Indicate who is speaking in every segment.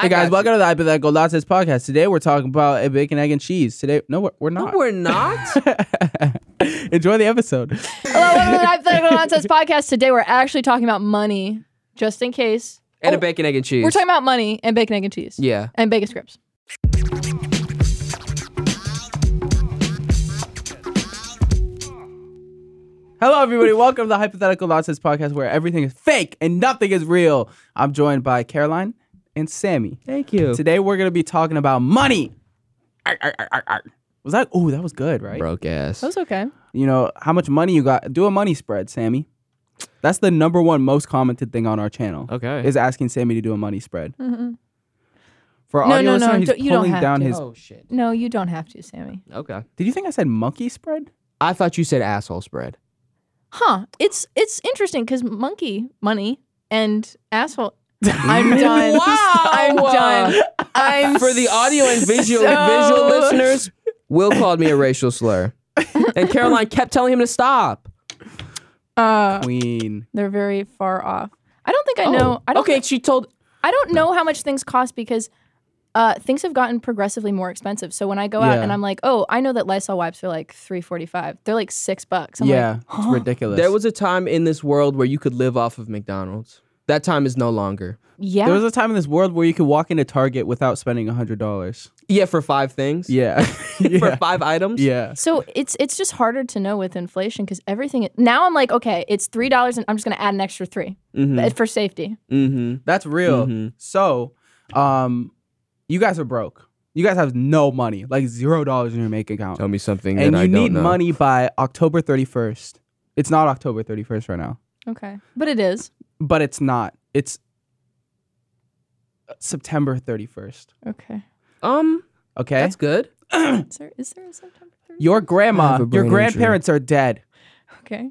Speaker 1: Hey guys, welcome to the Hypothetical Nonsense Podcast. Today we're talking about a bacon, egg, and cheese. Today, no, we're, we're
Speaker 2: No,
Speaker 1: not.
Speaker 2: we're not.
Speaker 1: Enjoy the episode.
Speaker 3: Hello, welcome to the Hypothetical Nonsense podcast. Today we're actually talking about money, just in case.
Speaker 2: and a
Speaker 3: Oh,
Speaker 2: bacon, egg, and cheese.
Speaker 3: We're talking about money and bacon, egg, and cheese.
Speaker 2: Yeah.
Speaker 3: And bacon scripts.
Speaker 1: Hello, everybody. Welcome to the Hypothetical Nonsense Podcast, where everything is fake and nothing is real. I'm joined by Caroline and Sammy.
Speaker 2: Thank you.
Speaker 1: Today we're gonna be talking about money. Arr, arr, arr, arr, arr. Was that? Oh, that was good, right?
Speaker 2: Broke ass.
Speaker 3: That was okay.
Speaker 1: You know how much money you got? Do a money spread, Sammy. That's the number one most commented thing on our channel.
Speaker 2: Okay.
Speaker 1: Is asking Sammy to do a money spread.
Speaker 3: Mhm.
Speaker 1: For
Speaker 3: No,
Speaker 1: audio
Speaker 3: no, no,
Speaker 1: listener, he's
Speaker 3: don't- you don't
Speaker 1: pulling
Speaker 3: have
Speaker 1: down
Speaker 3: to.
Speaker 1: his.
Speaker 2: oh shit.
Speaker 3: No, you don't have to, Sammy.
Speaker 2: Okay.
Speaker 1: Did you think I said monkey spread?
Speaker 2: I thought you said asshole spread.
Speaker 3: Huh? It's it's interesting because monkey money and asshole. I'm done. I'm done. I'm
Speaker 2: For the audio and visual
Speaker 3: so-
Speaker 2: visual listeners, Will called me a racial slur, and Caroline kept telling him to stop.
Speaker 3: Uh,
Speaker 1: Queen.
Speaker 3: they're very far off. I don't think I know.
Speaker 2: Oh.
Speaker 3: I don't
Speaker 2: okay, she told.
Speaker 3: I don't know how much things cost because uh, things have gotten progressively more expensive. So when I go out
Speaker 1: Yeah.
Speaker 3: and I'm like, oh, I know that Lysol wipes are like three forty five. They're like six bucks. I'm
Speaker 1: yeah,
Speaker 3: Like,
Speaker 1: it's ridiculous.
Speaker 2: There was a time in this world where you could live off of McDonald's. That time is no longer.
Speaker 3: yeah.
Speaker 1: There was a time in this world where you could walk into Target without spending hundred dollars.
Speaker 2: Yeah, for five things.
Speaker 1: Yeah,
Speaker 2: For
Speaker 1: yeah.
Speaker 2: five items.
Speaker 1: yeah.
Speaker 3: so it's it's just harder to know with inflation because everything now I'm like okay it's three dollars and I'm just gonna add an extra 3
Speaker 2: Mm-hmm.
Speaker 3: but for safety.
Speaker 2: Mm-hmm.
Speaker 1: That's real.
Speaker 2: Mhm.
Speaker 1: So, um, you guys are broke. You guys have no money, like zero dollars in your bank account,
Speaker 2: Tell me something
Speaker 1: and
Speaker 2: that
Speaker 1: you
Speaker 2: I
Speaker 1: need
Speaker 2: don't know.
Speaker 1: money by October thirty first. It's not October thirty first right now,
Speaker 3: Okay, but it is
Speaker 1: but it's not. It's September thirty first.
Speaker 3: okay.
Speaker 2: Um,
Speaker 1: Okay,
Speaker 2: that's good.
Speaker 3: Is there is there a September? 30?
Speaker 1: your
Speaker 2: I have
Speaker 1: grandma,
Speaker 2: a
Speaker 1: your
Speaker 2: brain injury.
Speaker 1: grandparents are dead.
Speaker 3: okay.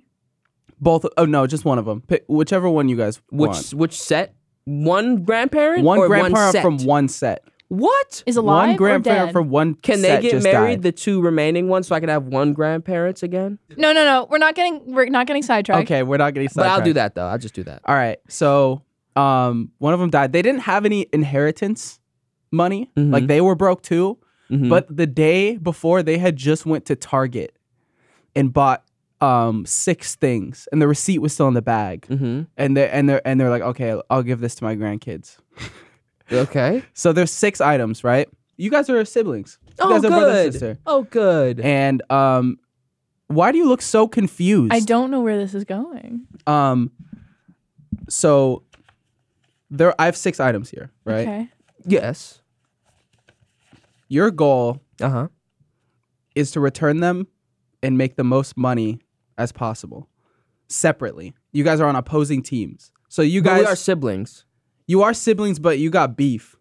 Speaker 1: Both. Oh no, just one of them. Pick whichever one you guys
Speaker 2: Which
Speaker 1: want.
Speaker 2: which set? One grandparent.
Speaker 1: One
Speaker 2: or
Speaker 1: grandparent
Speaker 2: set?
Speaker 1: from one set.
Speaker 2: What?
Speaker 3: Is alive
Speaker 1: one
Speaker 3: or
Speaker 1: grandparent
Speaker 3: dead?
Speaker 1: from one.
Speaker 2: Can
Speaker 1: set
Speaker 2: they get
Speaker 1: just
Speaker 2: married?
Speaker 1: died.
Speaker 2: The two remaining ones, so I can have one grandparents again.
Speaker 3: no, no, no. We're not getting we're not getting sidetracked.
Speaker 1: Okay, we're not getting.
Speaker 2: But I'll do that
Speaker 1: sidetracked.
Speaker 2: though. I'll just do that.
Speaker 1: All right. So, um, one of them died. They didn't have any inheritance money.
Speaker 2: Mhm.
Speaker 1: Like they were broke too.
Speaker 2: Mhm.
Speaker 1: But the day before, they had just went to Target and bought um six things, and the receipt was still in the bag.
Speaker 2: Mhm.
Speaker 1: And they and they're and they're like, okay, I'll give this to my grandkids.
Speaker 2: okay.
Speaker 1: So there's six items, right? You guys are siblings. You
Speaker 2: Oh
Speaker 1: guys are brother and
Speaker 2: good.
Speaker 1: sister.
Speaker 2: Oh good.
Speaker 1: And um, why do you look so confused?
Speaker 3: I don't know where this is going.
Speaker 1: Um, so there, I have six items here, right?
Speaker 3: Okay.
Speaker 2: yes.
Speaker 1: Your goal
Speaker 2: Uh huh.
Speaker 1: is to return them and make the most money as possible separately. You guys are on opposing teams, so you
Speaker 2: You
Speaker 1: guys
Speaker 2: guys are siblings.
Speaker 1: you are siblings, but you got beef.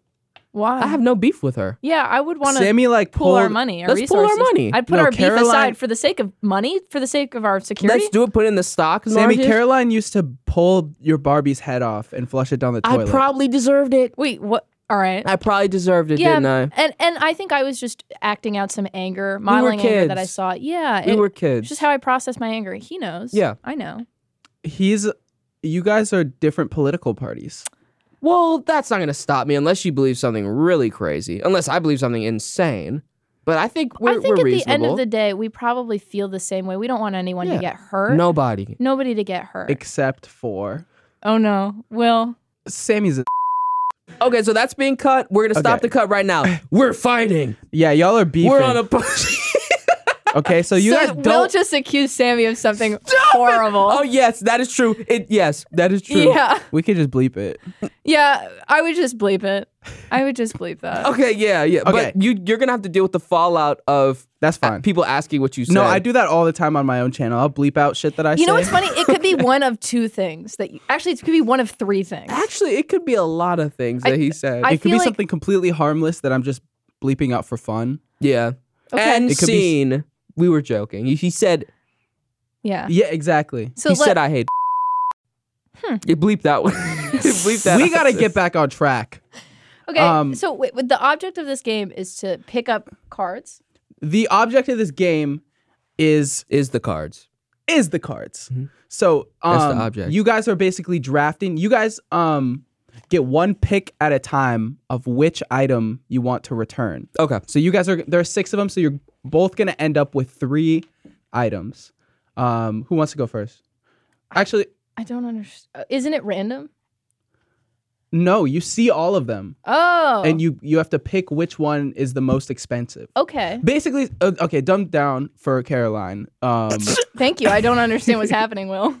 Speaker 3: Why?
Speaker 2: I have no beef with her.
Speaker 3: Yeah, I would want to
Speaker 1: Sammy like
Speaker 3: pool our
Speaker 1: pulled-
Speaker 3: money. Our
Speaker 2: Let's pool our
Speaker 3: resources.
Speaker 2: money.
Speaker 3: I'd put
Speaker 1: No,
Speaker 3: our beef
Speaker 1: Caroline-
Speaker 3: aside for the sake of money, for the sake of our security.
Speaker 2: Let's do it. Put it in the stock.
Speaker 1: Sammy
Speaker 2: market.
Speaker 1: Caroline used to pull your Barbie's head off and flush it down the
Speaker 2: I
Speaker 1: toilet.
Speaker 2: probably deserved it.
Speaker 3: Wait, what? All right.
Speaker 2: I probably deserved it,
Speaker 3: yeah, uh,
Speaker 2: didn't I?
Speaker 3: and and I think I was just acting out some anger, modeling anger that I
Speaker 2: kids.
Speaker 3: saw. Yeah,
Speaker 2: We
Speaker 3: it-
Speaker 2: were
Speaker 3: it's
Speaker 2: kids.
Speaker 3: just how I process my anger. He knows.
Speaker 2: Yeah.
Speaker 3: I know.
Speaker 1: He's you guys are different political parties.
Speaker 2: Well, that's not going to stop me unless you believe something really crazy, unless I believe something insane. But I think we're,
Speaker 3: I think
Speaker 2: we're
Speaker 3: at the end
Speaker 2: reasonable.
Speaker 3: of the day, we probably feel the same way. We don't want anyone
Speaker 2: Yeah.
Speaker 3: to get hurt.
Speaker 2: Nobody.
Speaker 3: Nobody to get hurt.
Speaker 1: Except for
Speaker 3: oh no, Will.
Speaker 1: Sammy's a
Speaker 2: Okay, so that's being cut. We're going to stop
Speaker 1: Okay.
Speaker 2: the cut right now. We're fighting.
Speaker 1: Yeah, y'all are beefing.
Speaker 2: We're on a push.
Speaker 1: okay, so you
Speaker 3: so
Speaker 1: guys
Speaker 3: Will
Speaker 1: don't.
Speaker 3: just accused Sammy of something horrible.
Speaker 2: oh, yes, that is true. It Yes, that is true.
Speaker 3: Yeah.
Speaker 1: we could just bleep it.
Speaker 3: Yeah, I would just bleep it. I would just bleep that.
Speaker 2: Okay, yeah, yeah.
Speaker 1: Okay.
Speaker 2: But you, you're going to have to deal with the fallout of
Speaker 1: That's
Speaker 2: a-
Speaker 1: fine.
Speaker 2: people asking what you said.
Speaker 1: no, I do that all the time on my own channel. I'll bleep out shit that I say.
Speaker 3: You know what's funny? It could be one of two things that you, actually it could be one of three things.
Speaker 2: Actually, it could be a lot of things that he said.
Speaker 1: It
Speaker 3: I
Speaker 1: could
Speaker 3: feel
Speaker 1: be
Speaker 3: like-
Speaker 1: something completely harmless that I'm just bleeping out for fun.
Speaker 2: yeah.
Speaker 3: Okay.
Speaker 2: And
Speaker 1: It could be-
Speaker 2: scene. we were joking. He- He said
Speaker 3: yeah.
Speaker 1: Yeah, exactly.
Speaker 3: So
Speaker 2: he
Speaker 3: let, Hmm.
Speaker 2: said uh, I hate. You bleep that one. you bleep that.
Speaker 1: we
Speaker 2: out.
Speaker 1: gotta get back on track.
Speaker 3: okay.
Speaker 1: um,
Speaker 3: so wait, wait, the object of this game is to pick up cards.
Speaker 1: The object of this game is
Speaker 2: Is the cards?
Speaker 1: is the cards.
Speaker 2: Mhm.
Speaker 1: So um,
Speaker 2: That's the object.
Speaker 1: you guys are basically drafting. You guys um get one pick at a time of which item you want to return.
Speaker 2: Okay.
Speaker 1: So you guys are there are six of them. So you're both gonna end up with three items. Um, who wants to go first? Actually,
Speaker 3: I don't understand. Isn't it random?
Speaker 1: no. You see all of them,
Speaker 3: Oh.
Speaker 1: and you you have to pick which one is the most expensive.
Speaker 3: Okay.
Speaker 1: Basically, uh, okay, dumbed down for Caroline. Um,
Speaker 3: Thank you. I don't understand what's happening, Will.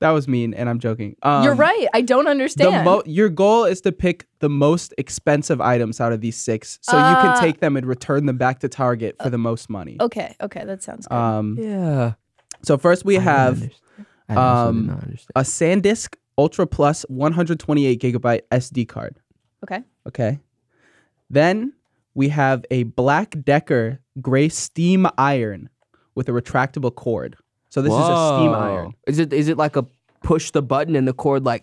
Speaker 1: that was mean, and I'm joking. Um,
Speaker 3: You're right. I don't
Speaker 1: The
Speaker 3: understand.
Speaker 1: mo- your goal is to pick the most expensive items out of these six, so you can
Speaker 3: Uh,
Speaker 1: take them and return them back to Target for the most money.
Speaker 3: okay. Okay. That sounds good.
Speaker 1: Um,
Speaker 2: Yeah.
Speaker 1: so first we have
Speaker 2: I also
Speaker 1: um,
Speaker 2: did not understand.
Speaker 1: a SanDisk Ultra Plus 128 gigabyte SD card.
Speaker 3: okay.
Speaker 1: Okay. Then we have a Black Decker gray steam iron with a retractable cord. So this is a steam
Speaker 2: Whoa.
Speaker 1: iron.
Speaker 2: Is it is it like a push the button and the cord like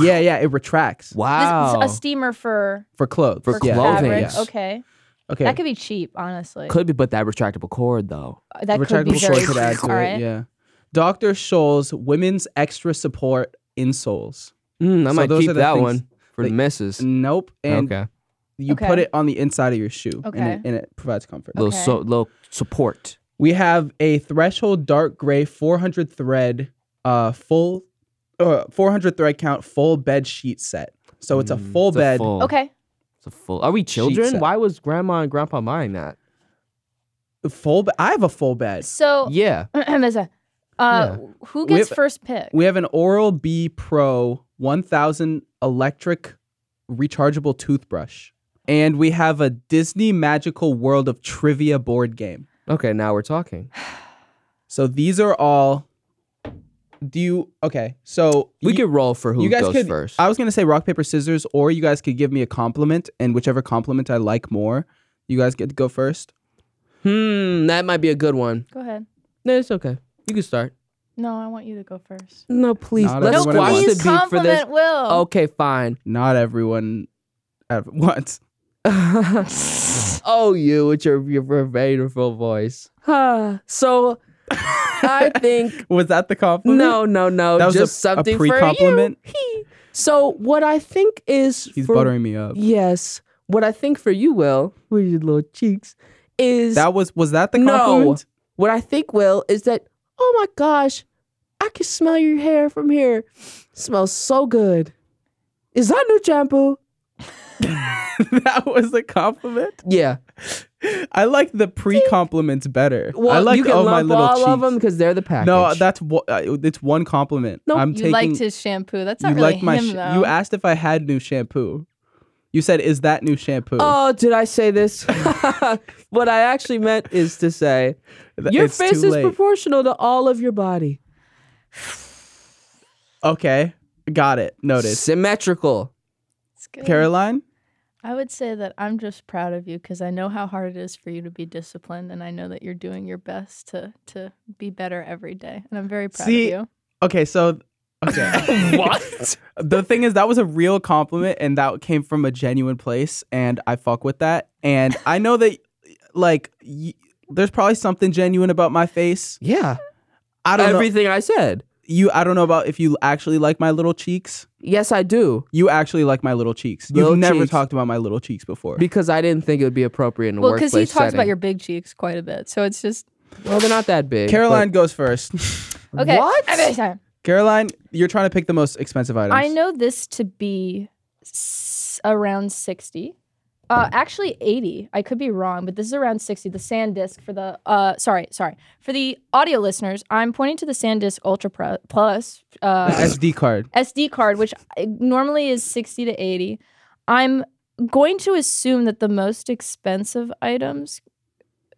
Speaker 1: Yeah, yeah, it retracts
Speaker 3: This
Speaker 2: Wow.
Speaker 3: is a steamer for,
Speaker 1: Uh, for clothes.
Speaker 2: For
Speaker 1: yeah.
Speaker 2: clothing,
Speaker 3: fabric.
Speaker 2: yes.
Speaker 3: Okay.
Speaker 1: Okay.
Speaker 3: That could be cheap, honestly.
Speaker 2: could be but that retractable cord though.
Speaker 3: Uh, that could
Speaker 1: retractable
Speaker 3: be very
Speaker 1: cord could add
Speaker 3: cheap.
Speaker 1: to
Speaker 3: All right.
Speaker 1: it. Yeah. Dr. Scholl's women's extra support insoles.
Speaker 2: Mm, I
Speaker 1: So
Speaker 2: might
Speaker 1: those
Speaker 2: keep
Speaker 1: are the
Speaker 2: that
Speaker 1: things
Speaker 2: one for the
Speaker 1: that-
Speaker 2: misses.
Speaker 1: Nope. And
Speaker 2: okay.
Speaker 1: you
Speaker 3: Okay.
Speaker 1: put it on the inside of your shoe and,
Speaker 3: Okay.
Speaker 1: it, and it provides comfort.
Speaker 2: Little
Speaker 3: Okay.
Speaker 2: so little support.
Speaker 1: We have a threshold dark gray 400 thread uh full uh, 400 thread count full bed sheet set. So it's a
Speaker 2: Mm,
Speaker 1: full bed.
Speaker 2: full-
Speaker 3: Okay.
Speaker 2: It's a full. Are we children?
Speaker 1: set.
Speaker 2: Why was grandma and grandpa buying that?
Speaker 1: full be- I have a full bed.
Speaker 3: So,
Speaker 2: Yeah.
Speaker 3: there's a- uh, who
Speaker 1: We
Speaker 3: gets
Speaker 1: have-
Speaker 3: first pick?
Speaker 1: We have an Oral B Pro 1000 electric rechargeable toothbrush. And we have a Disney Magical World of Trivia board game.
Speaker 2: Okay, now we're talking.
Speaker 1: So these are all. Do you. Okay. So
Speaker 2: We
Speaker 1: you-
Speaker 2: could roll for who
Speaker 1: you guys
Speaker 2: goes
Speaker 1: could- uh,
Speaker 2: first.
Speaker 1: I was going to say rock, paper, scissors, or you guys could give me a compliment. And whichever compliment I like more, you guys get to go first.
Speaker 2: hmm, that might be a good one.
Speaker 3: Go ahead.
Speaker 2: No, it's okay. You can start. No,
Speaker 3: No, I want you to go first.
Speaker 2: No, please.
Speaker 1: Not
Speaker 2: let's
Speaker 1: That's
Speaker 3: No,
Speaker 1: everyone what I
Speaker 2: watch
Speaker 1: want.
Speaker 2: the
Speaker 3: please
Speaker 2: beat for this.
Speaker 3: compliment Will.
Speaker 2: Okay, fine.
Speaker 1: Not everyone at once.
Speaker 2: oh, you with your your pervadeful voice. Huh. so, I think
Speaker 1: Was that the compliment?
Speaker 2: no, no, no.
Speaker 1: That was a-
Speaker 2: just
Speaker 1: a,
Speaker 2: something
Speaker 1: pre compliment.
Speaker 2: for you. So what I think is
Speaker 1: He's
Speaker 2: for,
Speaker 1: buttering me up.
Speaker 2: Yes, what I think for you, Will, with your little cheeks, is
Speaker 1: That was was that the
Speaker 2: No.
Speaker 1: compliment?
Speaker 2: what I think, Will, is that oh my gosh, I can smell your hair from here. smells so good. Is that new shampoo?
Speaker 1: that was a compliment.
Speaker 2: Yeah.
Speaker 1: I like the pre compliments better.
Speaker 2: Well,
Speaker 1: I like
Speaker 2: you can
Speaker 1: oh my
Speaker 2: lump
Speaker 1: little
Speaker 2: all
Speaker 1: cheeks.
Speaker 2: of them because they're the package.
Speaker 1: no, that's what uh, it's one compliment.
Speaker 2: No,
Speaker 1: I'm
Speaker 3: you
Speaker 1: taking.
Speaker 3: liked his shampoo. That's
Speaker 1: you
Speaker 3: not really
Speaker 1: liked my.
Speaker 3: him,
Speaker 1: sh-
Speaker 3: though.
Speaker 1: you asked if I had new shampoo. You said, "Is that new shampoo?"
Speaker 2: Oh, did I say this? what I actually meant is to say
Speaker 1: Th-
Speaker 2: your
Speaker 1: it's
Speaker 2: face
Speaker 1: too
Speaker 2: is
Speaker 1: late.
Speaker 2: proportional to all of your body.
Speaker 1: okay. Got it. Noted.
Speaker 2: Symmetrical.
Speaker 3: It's good.
Speaker 1: Caroline,
Speaker 3: I would say that I'm just proud of you because I know how hard it is for you to be disciplined, and I know that you're doing your best to to be better every day. And I'm very proud
Speaker 1: See-
Speaker 3: of you.
Speaker 1: okay, so okay.
Speaker 2: what?
Speaker 1: the thing is that was a real compliment and that came from a genuine place and i fuck with that and i know that like y- there's probably something genuine about my face
Speaker 2: Yeah.
Speaker 1: i don't know
Speaker 2: Everything I said.
Speaker 1: you i don't know about if you actually like my little cheeks
Speaker 2: Yes, I do.
Speaker 1: you actually like my little cheeks
Speaker 2: Little
Speaker 1: you've never
Speaker 2: cheeks.
Speaker 1: talked about my little cheeks before
Speaker 2: Because I didn't think it would be appropriate in the
Speaker 3: Well,
Speaker 2: workplace
Speaker 3: because he talks about
Speaker 2: setting.
Speaker 3: your big cheeks quite a bit, so it's just
Speaker 2: Well, they're not that big.
Speaker 1: caroline goes first
Speaker 2: but-
Speaker 3: okay.
Speaker 2: What?
Speaker 1: caroline you're trying to pick the most expensive items
Speaker 3: I know this to be s- around 60. Uh, actually 80. I could be wrong, but this is around 60. The SanDisk for the uh sorry, sorry. For the audio listeners, I'm pointing to the SanDisk Ultra Pro- Plus uh,
Speaker 1: sd card
Speaker 3: SD card which I- normally is 60 to 80. I'm going to assume that the most expensive items uh,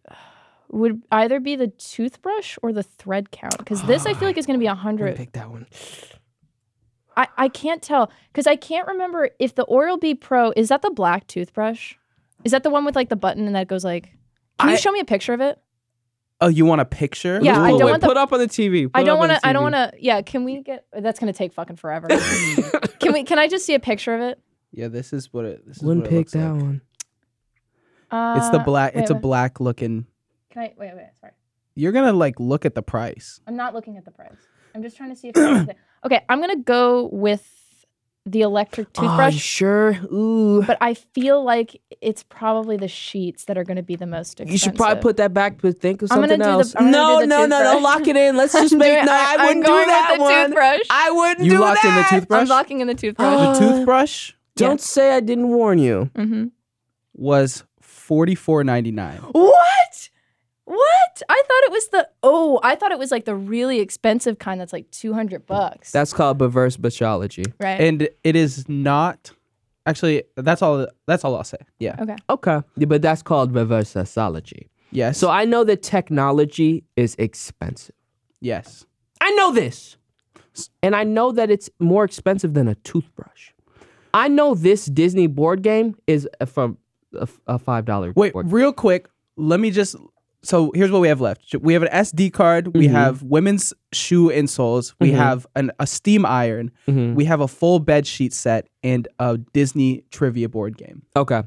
Speaker 3: would either be the toothbrush or the thread count because this I feel like is going to be 100
Speaker 2: Pick that one.
Speaker 3: I, I can't tell because I can't remember if the Oral B Pro is that the black toothbrush? Is that the one with like the button and that goes like? Can
Speaker 1: I-
Speaker 3: you show me a picture of it?
Speaker 1: oh you want a picture
Speaker 3: Yeah, I
Speaker 2: Ooh,
Speaker 3: don't
Speaker 2: wait,
Speaker 3: want the-
Speaker 2: put up on the TV.
Speaker 3: I don't want to. I don't want to. Yeah, can we get? That's gonna take fucking forever.
Speaker 2: to.
Speaker 3: can we? Can I just see a picture of it?
Speaker 1: yeah this is what it this is
Speaker 2: Wouldn't
Speaker 1: what it
Speaker 2: pick
Speaker 1: looks
Speaker 2: that
Speaker 1: like.
Speaker 2: one.
Speaker 3: Uh,
Speaker 1: it's the black
Speaker 3: wait,
Speaker 1: it's a
Speaker 3: wait.
Speaker 1: black looking
Speaker 3: Can I? Wait, wait, sorry.
Speaker 1: you're gonna like look at the price
Speaker 3: I'm not looking at the price. I'm just trying to see if. there's anything. okay, I'm gonna go with the electric
Speaker 2: Oh, you
Speaker 3: toothbrush,
Speaker 2: sure. Ooh.
Speaker 3: but I feel like it's probably the sheets that are going to be the most expensive.
Speaker 2: You should probably put that back, but think of
Speaker 3: I'm gonna
Speaker 2: something
Speaker 3: do the-
Speaker 2: else.
Speaker 3: I'm
Speaker 2: no,
Speaker 3: gonna do the
Speaker 2: no, no, no.
Speaker 3: toothbrush.
Speaker 2: Lock it in. Let's just
Speaker 3: I'm
Speaker 2: make.
Speaker 3: doing-
Speaker 2: no, I,
Speaker 3: I'm
Speaker 2: wouldn't do
Speaker 3: going with
Speaker 2: that
Speaker 3: the
Speaker 2: one.
Speaker 3: toothbrush.
Speaker 2: I wouldn't
Speaker 1: You
Speaker 2: do
Speaker 1: locked in the
Speaker 2: that.
Speaker 1: toothbrush?
Speaker 3: I'm locking in the toothbrush.
Speaker 1: the
Speaker 2: Uh,
Speaker 1: toothbrush
Speaker 2: Don't say I didn't warn you.
Speaker 3: hmm
Speaker 1: was forty four ninety nine.
Speaker 3: What? What? I thought it was the oh, I thought it was like the really expensive kind that's like two hundred bucks.
Speaker 2: That's called perverse biology.
Speaker 3: right.
Speaker 1: And it is not actually that's all that's all I'll say. Yeah.
Speaker 3: okay.
Speaker 2: Okay, yeah, but that's called reverse sexology.
Speaker 1: Yes.
Speaker 2: So I know that technology is expensive.
Speaker 1: yes.
Speaker 2: I know this, and I know that it's more expensive than a toothbrush. I know this Disney board game is a- from a, a five dollar.
Speaker 1: Wait,
Speaker 2: board.
Speaker 1: real quick, let me just so here's what we have left. We have an SD card, we
Speaker 2: Mhm.
Speaker 1: have women's shoe insoles, we
Speaker 2: Mhm.
Speaker 1: have an a steam iron,
Speaker 2: Mhm.
Speaker 1: we have a full bed sheet set and a Disney trivia board game.
Speaker 2: Okay.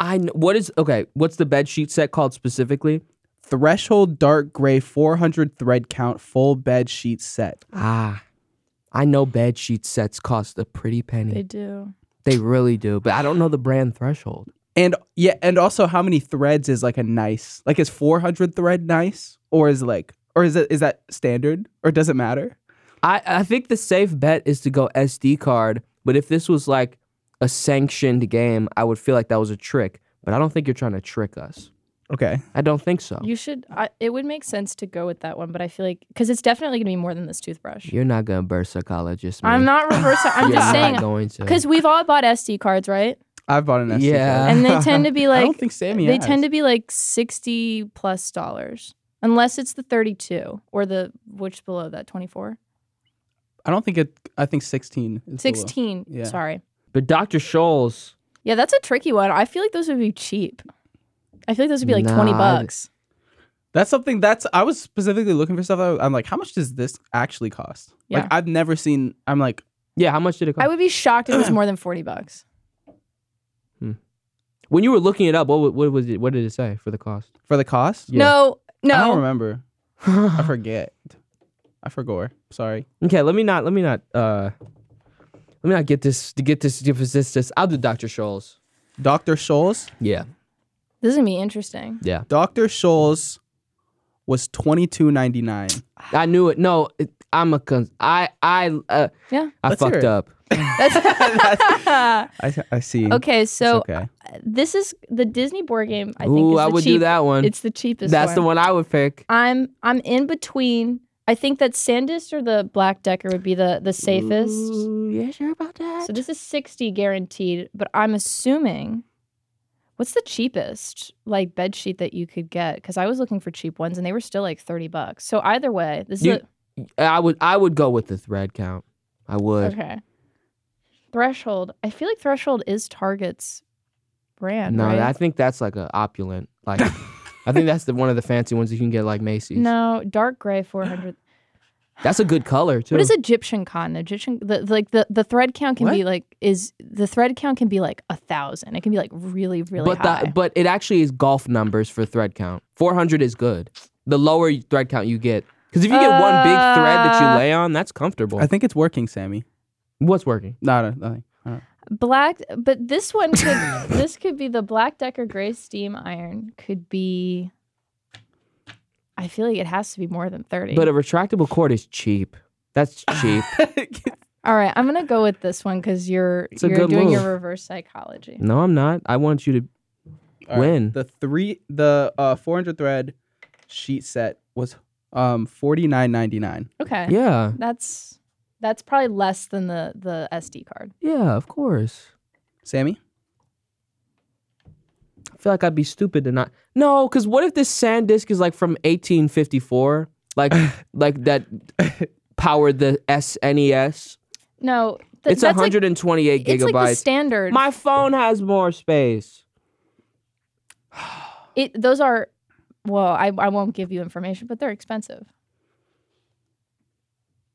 Speaker 2: I kn- what is okay? What's the bed sheet set called specifically?
Speaker 1: Threshold dark gray 400 thread count full bed sheet set.
Speaker 2: Ah, I know bed sheet sets cost a pretty
Speaker 3: They
Speaker 2: penny.
Speaker 3: do.
Speaker 2: They, really do, but I don't know the brand threshold.
Speaker 1: And yeah, and also how many threads is like a nice? Like is 400 thread nice or is like or is it is that standard or does it matter?
Speaker 2: I I think the safe bet is to go SD card. But if this was like a sanctioned game, I would feel like that was a trick. But I don't think you're trying to trick us.
Speaker 1: Okay.
Speaker 2: I don't think so.
Speaker 3: You should. I, it would make sense to go with that one, but I feel like because it's definitely gonna be more than this toothbrush.
Speaker 2: You're not gonna birth psychologist me.
Speaker 3: I'm not reverse. I'm
Speaker 2: You're
Speaker 3: just
Speaker 2: not
Speaker 3: saying
Speaker 2: going to.
Speaker 3: because we've all bought SD cards, right?
Speaker 1: I bought an SD
Speaker 2: Yeah.
Speaker 1: card.
Speaker 3: And they tend to be
Speaker 1: I
Speaker 3: like
Speaker 1: don't think Sammy
Speaker 3: they
Speaker 1: has.
Speaker 3: tend to be like sixty plus dollars, unless it's the thirty-two or the which below that twenty-four.
Speaker 1: I don't think it. I think sixteen. Is the low.
Speaker 3: 16
Speaker 1: Yeah.
Speaker 3: sorry
Speaker 2: but Dr. Scholes.
Speaker 3: yeah that's a tricky one i feel like those would be cheap i feel like those would be like 20
Speaker 2: Nah, I-
Speaker 3: bucks
Speaker 1: That's something that's. I was specifically looking for stuff. that I'm like, how much does this actually cost?
Speaker 3: Yeah.
Speaker 1: Like, I've never seen. I'm like,
Speaker 2: Yeah, how much did it cost?
Speaker 3: i would be shocked if it was more than 40 bucks
Speaker 2: When you were looking it up, what wa- what was it? What did it say for the cost?
Speaker 1: for the cost.
Speaker 2: Yeah.
Speaker 3: no
Speaker 1: I don't
Speaker 3: no
Speaker 1: remember. I forget. I forgot. Sorry.
Speaker 2: okay, let me not let me not uh let me not get this to get this get this, this, this. I'll do Dr. Scholes.
Speaker 1: Doctor Scholes.
Speaker 2: Yeah.
Speaker 3: this is gonna be interesting
Speaker 2: Yeah.
Speaker 1: Doctor Scholes was twenty two ninety nine.
Speaker 2: I knew it. No, it, I'm a cons- I I uh,
Speaker 3: Yeah.
Speaker 2: I
Speaker 1: Let's hear
Speaker 2: fucked
Speaker 1: it.
Speaker 2: up.
Speaker 3: That's-
Speaker 1: I I see.
Speaker 3: okay
Speaker 1: It's
Speaker 3: so
Speaker 1: okay.
Speaker 3: uh, this is the disney board game i think
Speaker 2: Ooh,
Speaker 3: is
Speaker 2: I
Speaker 3: the
Speaker 2: would do
Speaker 3: cheap-
Speaker 2: that one.
Speaker 3: it's the cheapest
Speaker 2: That's the one I would pick.
Speaker 3: i'm i'm in between i think that sandisk or the black decker would be the the safest
Speaker 2: Ooh, yeah, sure about that.
Speaker 3: So this is 60 guaranteed, but I'm assuming what's the cheapest like bed sheet that you could get? Because I was looking for cheap ones and they were still like 30 bucks. So either way, this
Speaker 2: You-
Speaker 3: is
Speaker 2: I would I would go with the thread count. I
Speaker 3: a,
Speaker 2: would.
Speaker 3: okay. Threshold. I feel like Threshold is Target's brand.
Speaker 2: No,
Speaker 3: right?
Speaker 2: I think that's like a opulent. Like I think that's the one of the fancy ones you can get at, like Macy's.
Speaker 3: no dark gray 400.
Speaker 2: That's a good color too.
Speaker 3: What is Egyptian cotton? Egyptian the, the- like the, the thread count can be like is the thread count can be like a thousand. It can be like really really
Speaker 2: but
Speaker 3: high.
Speaker 2: The, but it actually is golf numbers for thread count. 400 is good. The lower you- thread count you get. Because if you get one big thread that you
Speaker 3: Uh,
Speaker 2: lay on, that's comfortable.
Speaker 1: I think it's working, Sammy.
Speaker 2: What's working?
Speaker 1: No, no, nothing. I don't-
Speaker 3: Black, but this one could this could be the Black Decker Gray Steam Iron could be. I feel like it has to be more than thirty.
Speaker 2: But a retractable cord is cheap. That's cheap.
Speaker 3: all right, I'm gonna go with this one because you're
Speaker 2: It's a
Speaker 3: you're
Speaker 2: good
Speaker 3: doing
Speaker 2: move.
Speaker 3: your reverse psychology.
Speaker 2: no, I'm not. I want you to.
Speaker 1: All right.
Speaker 2: When?
Speaker 1: the three the uh 400 thread sheet set was um 49.99
Speaker 3: Okay,
Speaker 2: Yeah.
Speaker 3: that's that's probably less than the the SD card.
Speaker 2: Yeah, of course.
Speaker 1: sammy
Speaker 2: I feel like I'd be stupid to not. No, because what if this sand disk is like from 1854? Like, like that powered the SNES?
Speaker 3: No, th-
Speaker 2: it's
Speaker 3: that's
Speaker 2: 128
Speaker 3: Like, it's
Speaker 2: gigabytes.
Speaker 3: like the standard.
Speaker 2: My phone has more space.
Speaker 3: it, those are well, I I won't give you information, but they're expensive,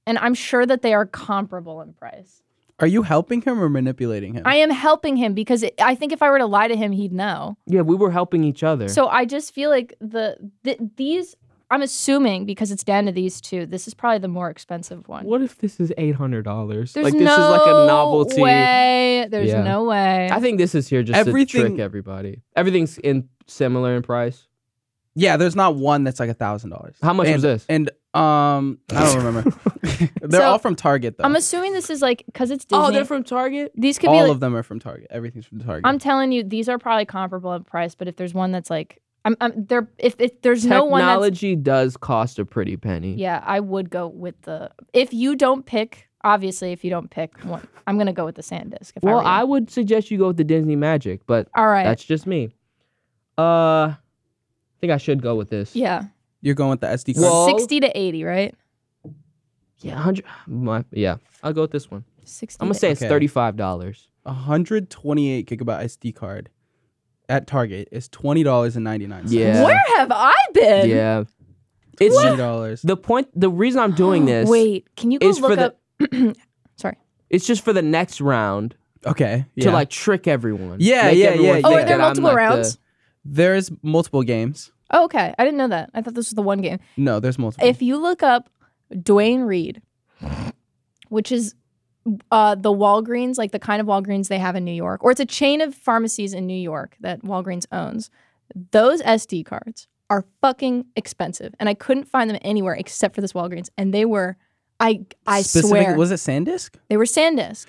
Speaker 3: and I'm sure that they are comparable in price.
Speaker 1: are you helping him or manipulating him
Speaker 3: I am helping him because it, I think if I were to lie to him, he'd know.
Speaker 2: Yeah, we were helping each other.
Speaker 3: So I just feel like the, the these I'm assuming because it's down to these two, this is probably the more expensive one.
Speaker 2: What if this is eight hundred dollars?
Speaker 3: There's
Speaker 2: Like this
Speaker 3: no
Speaker 2: is like a novelty.
Speaker 3: way. There's
Speaker 2: Yeah.
Speaker 3: no way.
Speaker 2: I think this is here just to trick
Speaker 1: Everything-
Speaker 2: everybody. Everything's in similar in price.
Speaker 1: Yeah, there's not one that's like a thousand dollars.
Speaker 2: How much
Speaker 1: and,
Speaker 2: was this?
Speaker 1: And um, I don't remember. they're
Speaker 3: So,
Speaker 1: all from Target though.
Speaker 3: I'm assuming this is like because it's Disney.
Speaker 2: Oh, they're from Target.
Speaker 3: these could be
Speaker 1: all
Speaker 3: like,
Speaker 1: of them are from Target. Everything's from Target.
Speaker 3: I'm telling you, these are probably comparable in price. But if there's one that's like, I'm, I'm there. If, if there's no one that's,
Speaker 2: Technology does cost a pretty penny.
Speaker 3: yeah, I would go with the. If you don't pick, obviously, if you don't pick one, I'm gonna go with the SanDisk. If
Speaker 2: Well,
Speaker 3: I,
Speaker 2: I
Speaker 3: were
Speaker 2: would suggest you go with the Disney Magic, but
Speaker 3: you. all right,
Speaker 2: that's just me. Uh, I think I should go with this.
Speaker 3: yeah,
Speaker 1: You're going with the SD card.
Speaker 2: Well-
Speaker 3: sixty to eighty, right?
Speaker 2: yeah, hundred. My yeah, I'll go with this one.
Speaker 3: Sixty.
Speaker 2: I'm
Speaker 3: to
Speaker 2: gonna say it's
Speaker 1: Okay.
Speaker 2: thirty-five dollars.
Speaker 1: 128 gigabyte SD card at Target is twenty dollars and ninety nine cents.
Speaker 2: Yeah.
Speaker 3: Where have I been?
Speaker 2: Yeah, it's
Speaker 1: twenty dollars.
Speaker 2: the point. The reason I'm doing this
Speaker 3: Wait, can you go
Speaker 2: is for
Speaker 3: look
Speaker 2: the-
Speaker 3: up? Oh, Sorry.
Speaker 2: It's just for the next round
Speaker 1: Okay. Yeah.
Speaker 2: to like trick everyone.
Speaker 1: Yeah,
Speaker 2: Make
Speaker 1: yeah,
Speaker 2: everyone
Speaker 1: yeah,
Speaker 2: think
Speaker 3: Oh,
Speaker 1: yeah.
Speaker 3: and there
Speaker 2: that
Speaker 3: are
Speaker 2: I'm
Speaker 3: multiple
Speaker 2: like the-
Speaker 3: rounds.
Speaker 1: there's multiple games.
Speaker 3: Oh, okay. I didn't know that. I thought this was the one game.
Speaker 1: No, there's multiple.
Speaker 3: If you look up Dwayne Reed, which is uh, the Walgreens, like the kind of Walgreens they have in New York, or it's a chain of pharmacies in New York that Walgreens owns, those SD cards are fucking expensive. And I couldn't find them anywhere except for this Walgreens. And they were, I, I
Speaker 1: Specific-
Speaker 3: swear,
Speaker 1: Was it SanDisk?
Speaker 3: they were SanDisk.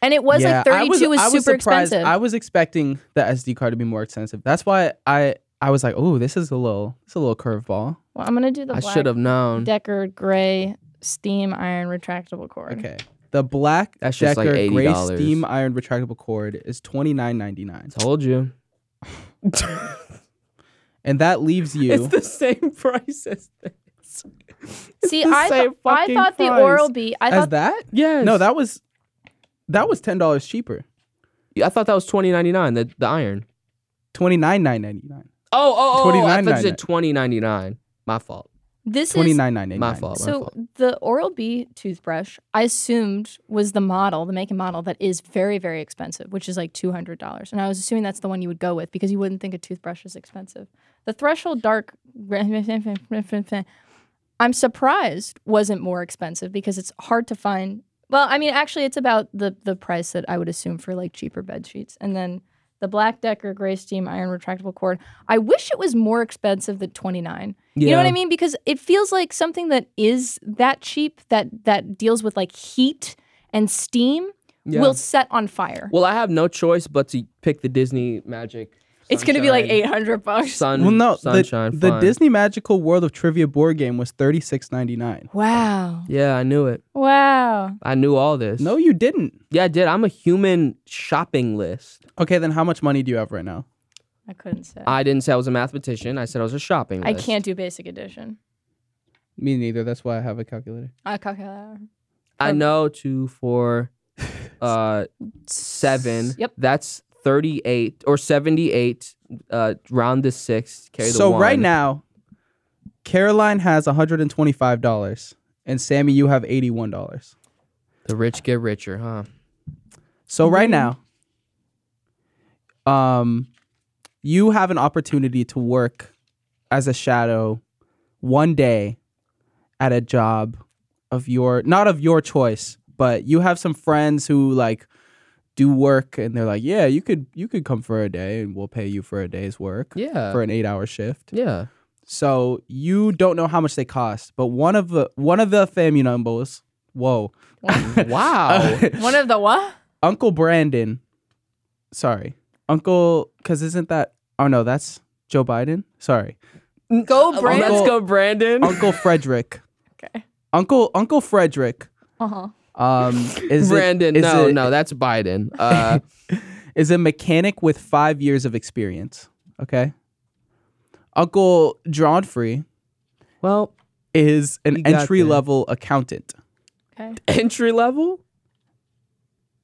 Speaker 3: And it was
Speaker 1: yeah,
Speaker 3: like 32
Speaker 1: I was,
Speaker 3: was
Speaker 1: I
Speaker 3: super
Speaker 1: was surprised.
Speaker 3: expensive.
Speaker 1: I was expecting the SD card to be more expensive. That's why I I was like, oh, this is a little, it's a little curveball.
Speaker 3: well, I'm going to do the
Speaker 2: I
Speaker 3: black
Speaker 2: should have known.
Speaker 3: Decker gray steam iron retractable cord.
Speaker 1: Okay. The black
Speaker 2: That's just like
Speaker 1: Decker gray
Speaker 2: $80.
Speaker 1: steam iron retractable cord is twenty nine ninety nine,
Speaker 2: Told you.
Speaker 1: and that leaves you.
Speaker 2: It's the same price as this. It's
Speaker 3: See,
Speaker 2: the
Speaker 3: I, th-
Speaker 2: same
Speaker 3: I
Speaker 2: fucking
Speaker 3: thought the
Speaker 2: price.
Speaker 3: Oral B. I
Speaker 1: as
Speaker 3: thought
Speaker 1: that?
Speaker 2: Yes.
Speaker 1: No, that was that was ten dollars cheaper.
Speaker 2: I thought that was twenty ninety nine. The the iron.
Speaker 1: Twenty nine nine ninety nine.
Speaker 2: Oh oh oh! I thought you
Speaker 1: $29.99.
Speaker 2: said twenty ninety nine. My fault.
Speaker 3: this
Speaker 1: Twenty
Speaker 3: is
Speaker 1: nine nine ninety nine.
Speaker 2: My fault. My
Speaker 3: so
Speaker 2: fault.
Speaker 3: the Oral B toothbrush. I assumed was the model, the make and model that is very very expensive, which is like two hundred dollars. And I was assuming that's the one you would go with because you wouldn't think a toothbrush is expensive. The Threshold Dark. I'm surprised wasn't more expensive because it's hard to find. Well, I mean, actually, it's about the the price that I would assume for like cheaper bed sheets, and then. The Black Decker Gray Steam Iron Retractable Cord. I wish it was more expensive than twenty nine. You know what I mean? Because it feels like something that is that cheap that that deals with like heat and steam
Speaker 2: Yeah.
Speaker 3: will set on fire.
Speaker 2: Well, I have no choice but to pick the Disney Magic.
Speaker 3: it's gonna be like
Speaker 2: Sunshine-
Speaker 3: eight hundred bucks.
Speaker 2: Sun,
Speaker 1: Well, no, the,
Speaker 2: sunshine.
Speaker 1: the
Speaker 2: fine.
Speaker 1: Disney Magical World of Trivia board game was thirty six ninety nine.
Speaker 3: Wow!
Speaker 2: Yeah, I knew it.
Speaker 3: Wow!
Speaker 2: I knew all this.
Speaker 1: No, you didn't.
Speaker 2: Yeah, I did. I'm a human shopping list.
Speaker 1: Okay, then how much money do you have right now?
Speaker 3: I couldn't say. I,
Speaker 2: I didn't say I was a mathematician. I said I was a shopping list.
Speaker 3: can't do basic addition.
Speaker 1: Me neither. That's why I have a calculator.
Speaker 3: I calculate.
Speaker 2: I know two, four, uh, seven.
Speaker 3: Yep.
Speaker 2: That's 38 or 78. Uh, round the six, carry the
Speaker 1: so
Speaker 2: one.
Speaker 1: right now, Caroline has one hundred and twenty five dollars, and Sammy, you have eighty one dollars.
Speaker 2: the rich get richer, huh?
Speaker 1: So right now, um, you have an opportunity to work as a shadow one day at a job of your not of your choice, but you have some friends who like do work and they're like, yeah, you could you could come for a day and we'll pay you for a day's work
Speaker 2: Yeah.
Speaker 1: for an eight hour shift.
Speaker 2: yeah.
Speaker 1: So you don't know how much they cost, but one of the one of the family numbers, whoa,
Speaker 2: Wow.
Speaker 3: One of the what?
Speaker 1: Uncle Brandon. Sorry. Uncle cuz isn't that Oh no, that's Joe Biden. Sorry.
Speaker 3: Oh, Go Brandon.
Speaker 2: Let's go, Brandon.
Speaker 1: Uncle Frederick.
Speaker 3: Okay.
Speaker 1: Uncle Uncle Frederick.
Speaker 3: Uh huh.
Speaker 1: Um is it-
Speaker 2: Brandon,
Speaker 1: is
Speaker 2: no,
Speaker 1: it-
Speaker 2: no, that's Biden. Uh,
Speaker 1: is a mechanic with 5 years of experience, okay? Uncle John Free
Speaker 2: well,
Speaker 1: is
Speaker 2: You
Speaker 1: an
Speaker 2: got
Speaker 1: entry
Speaker 2: there.
Speaker 1: level accountant.
Speaker 3: Okay.
Speaker 2: entry level.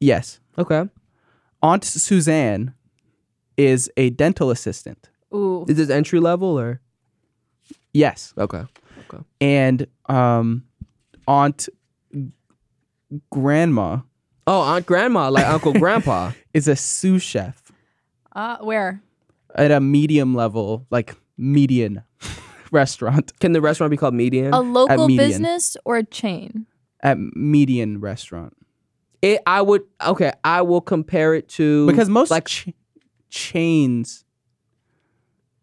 Speaker 1: Yes.
Speaker 2: Okay.
Speaker 1: Aunt Suzanne is a dental assistant.
Speaker 3: Ooh.
Speaker 2: Is this entry level or?
Speaker 1: Yes.
Speaker 2: Okay.
Speaker 1: And um Aunt G- Grandma
Speaker 2: Oh, Aunt Grandma, like Uncle Grandpa.
Speaker 1: is a sous chef
Speaker 3: Uh, where?
Speaker 1: at a medium level, like median. restaurant
Speaker 2: Can the restaurant be called Median?
Speaker 3: A local
Speaker 1: median.
Speaker 3: business or a chain?
Speaker 1: at median restaurant
Speaker 2: It, I would okay. I will compare it to
Speaker 1: because most
Speaker 2: like
Speaker 1: ch- chains.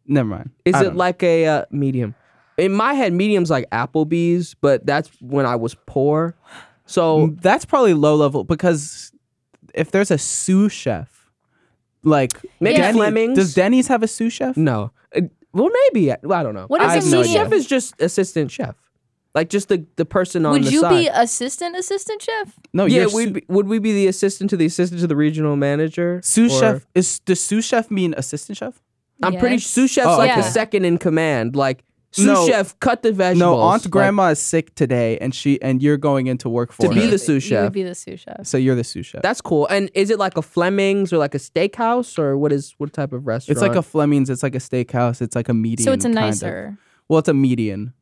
Speaker 1: Never mind.
Speaker 2: is
Speaker 1: I
Speaker 2: it
Speaker 1: don't know.
Speaker 2: like a uh, medium? In my head, medium's like Applebee's, but that's when I was poor. So
Speaker 1: Mm, that's probably low level because if there's a sous chef, like
Speaker 2: maybe
Speaker 3: Yeah.
Speaker 1: Denny-
Speaker 2: Fleming's.
Speaker 1: does Denny's have a sous chef?
Speaker 2: no. Uh, Well, maybe I well, I don't know.
Speaker 3: What
Speaker 1: is
Speaker 2: I
Speaker 1: a
Speaker 2: have no
Speaker 1: medium?
Speaker 2: idea. Chef is just assistant chef, like just the the person on
Speaker 3: Would
Speaker 2: the
Speaker 3: you
Speaker 2: side.
Speaker 3: be assistant assistant chef?
Speaker 1: no.
Speaker 2: yeah,
Speaker 1: you're
Speaker 2: we'd
Speaker 1: sous-
Speaker 2: be, would we be the assistant to the assistant to the regional manager?
Speaker 1: sous
Speaker 2: Or-
Speaker 1: chef is does sous chef mean assistant chef?
Speaker 2: I'm pretty
Speaker 3: Yes.
Speaker 2: sous chef's
Speaker 1: Oh,
Speaker 2: like the
Speaker 3: okay.
Speaker 2: second in command. Like sous
Speaker 1: No.
Speaker 2: chef, cut the vegetables.
Speaker 1: No, aunt
Speaker 2: Like,
Speaker 1: grandma is sick today, and she and you're going into work for
Speaker 2: To be
Speaker 1: her.
Speaker 2: the sous
Speaker 3: You
Speaker 2: chef.
Speaker 3: would be the sous chef.
Speaker 1: so you're the sous chef.
Speaker 2: that's cool. And is it like a Fleming's or like a steakhouse or what is what type of restaurant?
Speaker 1: It's like a Fleming's. It's like a steakhouse. It's like a median.
Speaker 3: So it's a
Speaker 1: kind of.
Speaker 3: nicer.
Speaker 1: Well, it's a median.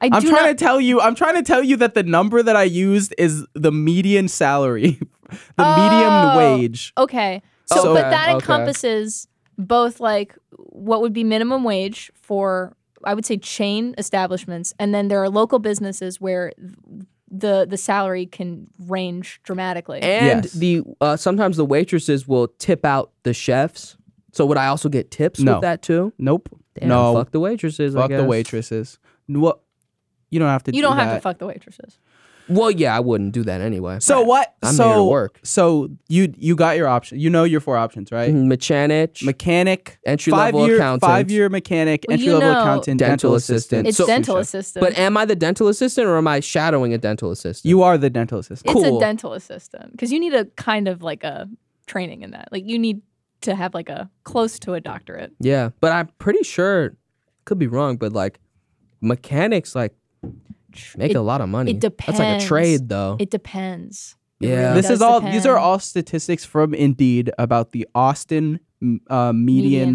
Speaker 3: I
Speaker 1: I'm
Speaker 3: do
Speaker 1: trying
Speaker 3: not,
Speaker 1: to tell you. I'm trying to tell you that the number that I used is the median salary, the
Speaker 3: Oh.
Speaker 1: median wage.
Speaker 3: Okay. So,
Speaker 1: So-
Speaker 3: but that
Speaker 2: Oh, Okay, okay.
Speaker 3: encompasses both like what would be minimum wage for I would say chain establishments, and then there are local businesses where the the salary can range dramatically.
Speaker 2: and
Speaker 1: Yes.
Speaker 2: the uh, sometimes the waitresses will tip out the chefs. So would I also get tips
Speaker 1: No.
Speaker 2: with that too?
Speaker 1: Nope.
Speaker 2: Damn,
Speaker 1: no.
Speaker 2: fuck the waitresses. I
Speaker 1: Fuck the
Speaker 2: guess.
Speaker 1: waitresses. What? You don't have to.
Speaker 3: you
Speaker 1: do
Speaker 3: don't have to
Speaker 1: that.
Speaker 3: fuck the waitresses.
Speaker 2: Well, yeah, I wouldn't do that anyway.
Speaker 1: So what?
Speaker 2: I'm
Speaker 1: so
Speaker 2: here to work.
Speaker 1: So you you got your option. You know your four options, right?
Speaker 2: mechanic,
Speaker 1: Mechanic,
Speaker 2: entry
Speaker 1: five
Speaker 2: level
Speaker 1: year,
Speaker 2: accountant,
Speaker 1: five year mechanic,
Speaker 3: Well, you
Speaker 1: entry level
Speaker 3: know-
Speaker 1: accountant, dental,
Speaker 2: Dental
Speaker 1: assistant.
Speaker 2: assistant.
Speaker 3: It's
Speaker 2: So-
Speaker 3: dental
Speaker 1: Sous chef.
Speaker 3: assistant.
Speaker 2: But am I the dental assistant or am I shadowing a dental assistant?
Speaker 1: You are the dental assistant.
Speaker 3: it's
Speaker 2: cool.
Speaker 3: a dental assistant because you need a kind of like a training in that. Like you need to have like a close to a doctorate.
Speaker 2: Yeah, but I'm pretty sure, could be wrong, but like mechanics like make
Speaker 3: it,
Speaker 2: a lot of money. That's like
Speaker 3: depends.
Speaker 2: a trade though.
Speaker 3: it depends.
Speaker 2: yeah.
Speaker 3: really
Speaker 1: This
Speaker 3: does
Speaker 1: is all. These are
Speaker 3: depend.
Speaker 1: all statistics from Indeed about the Austin m- uh, median,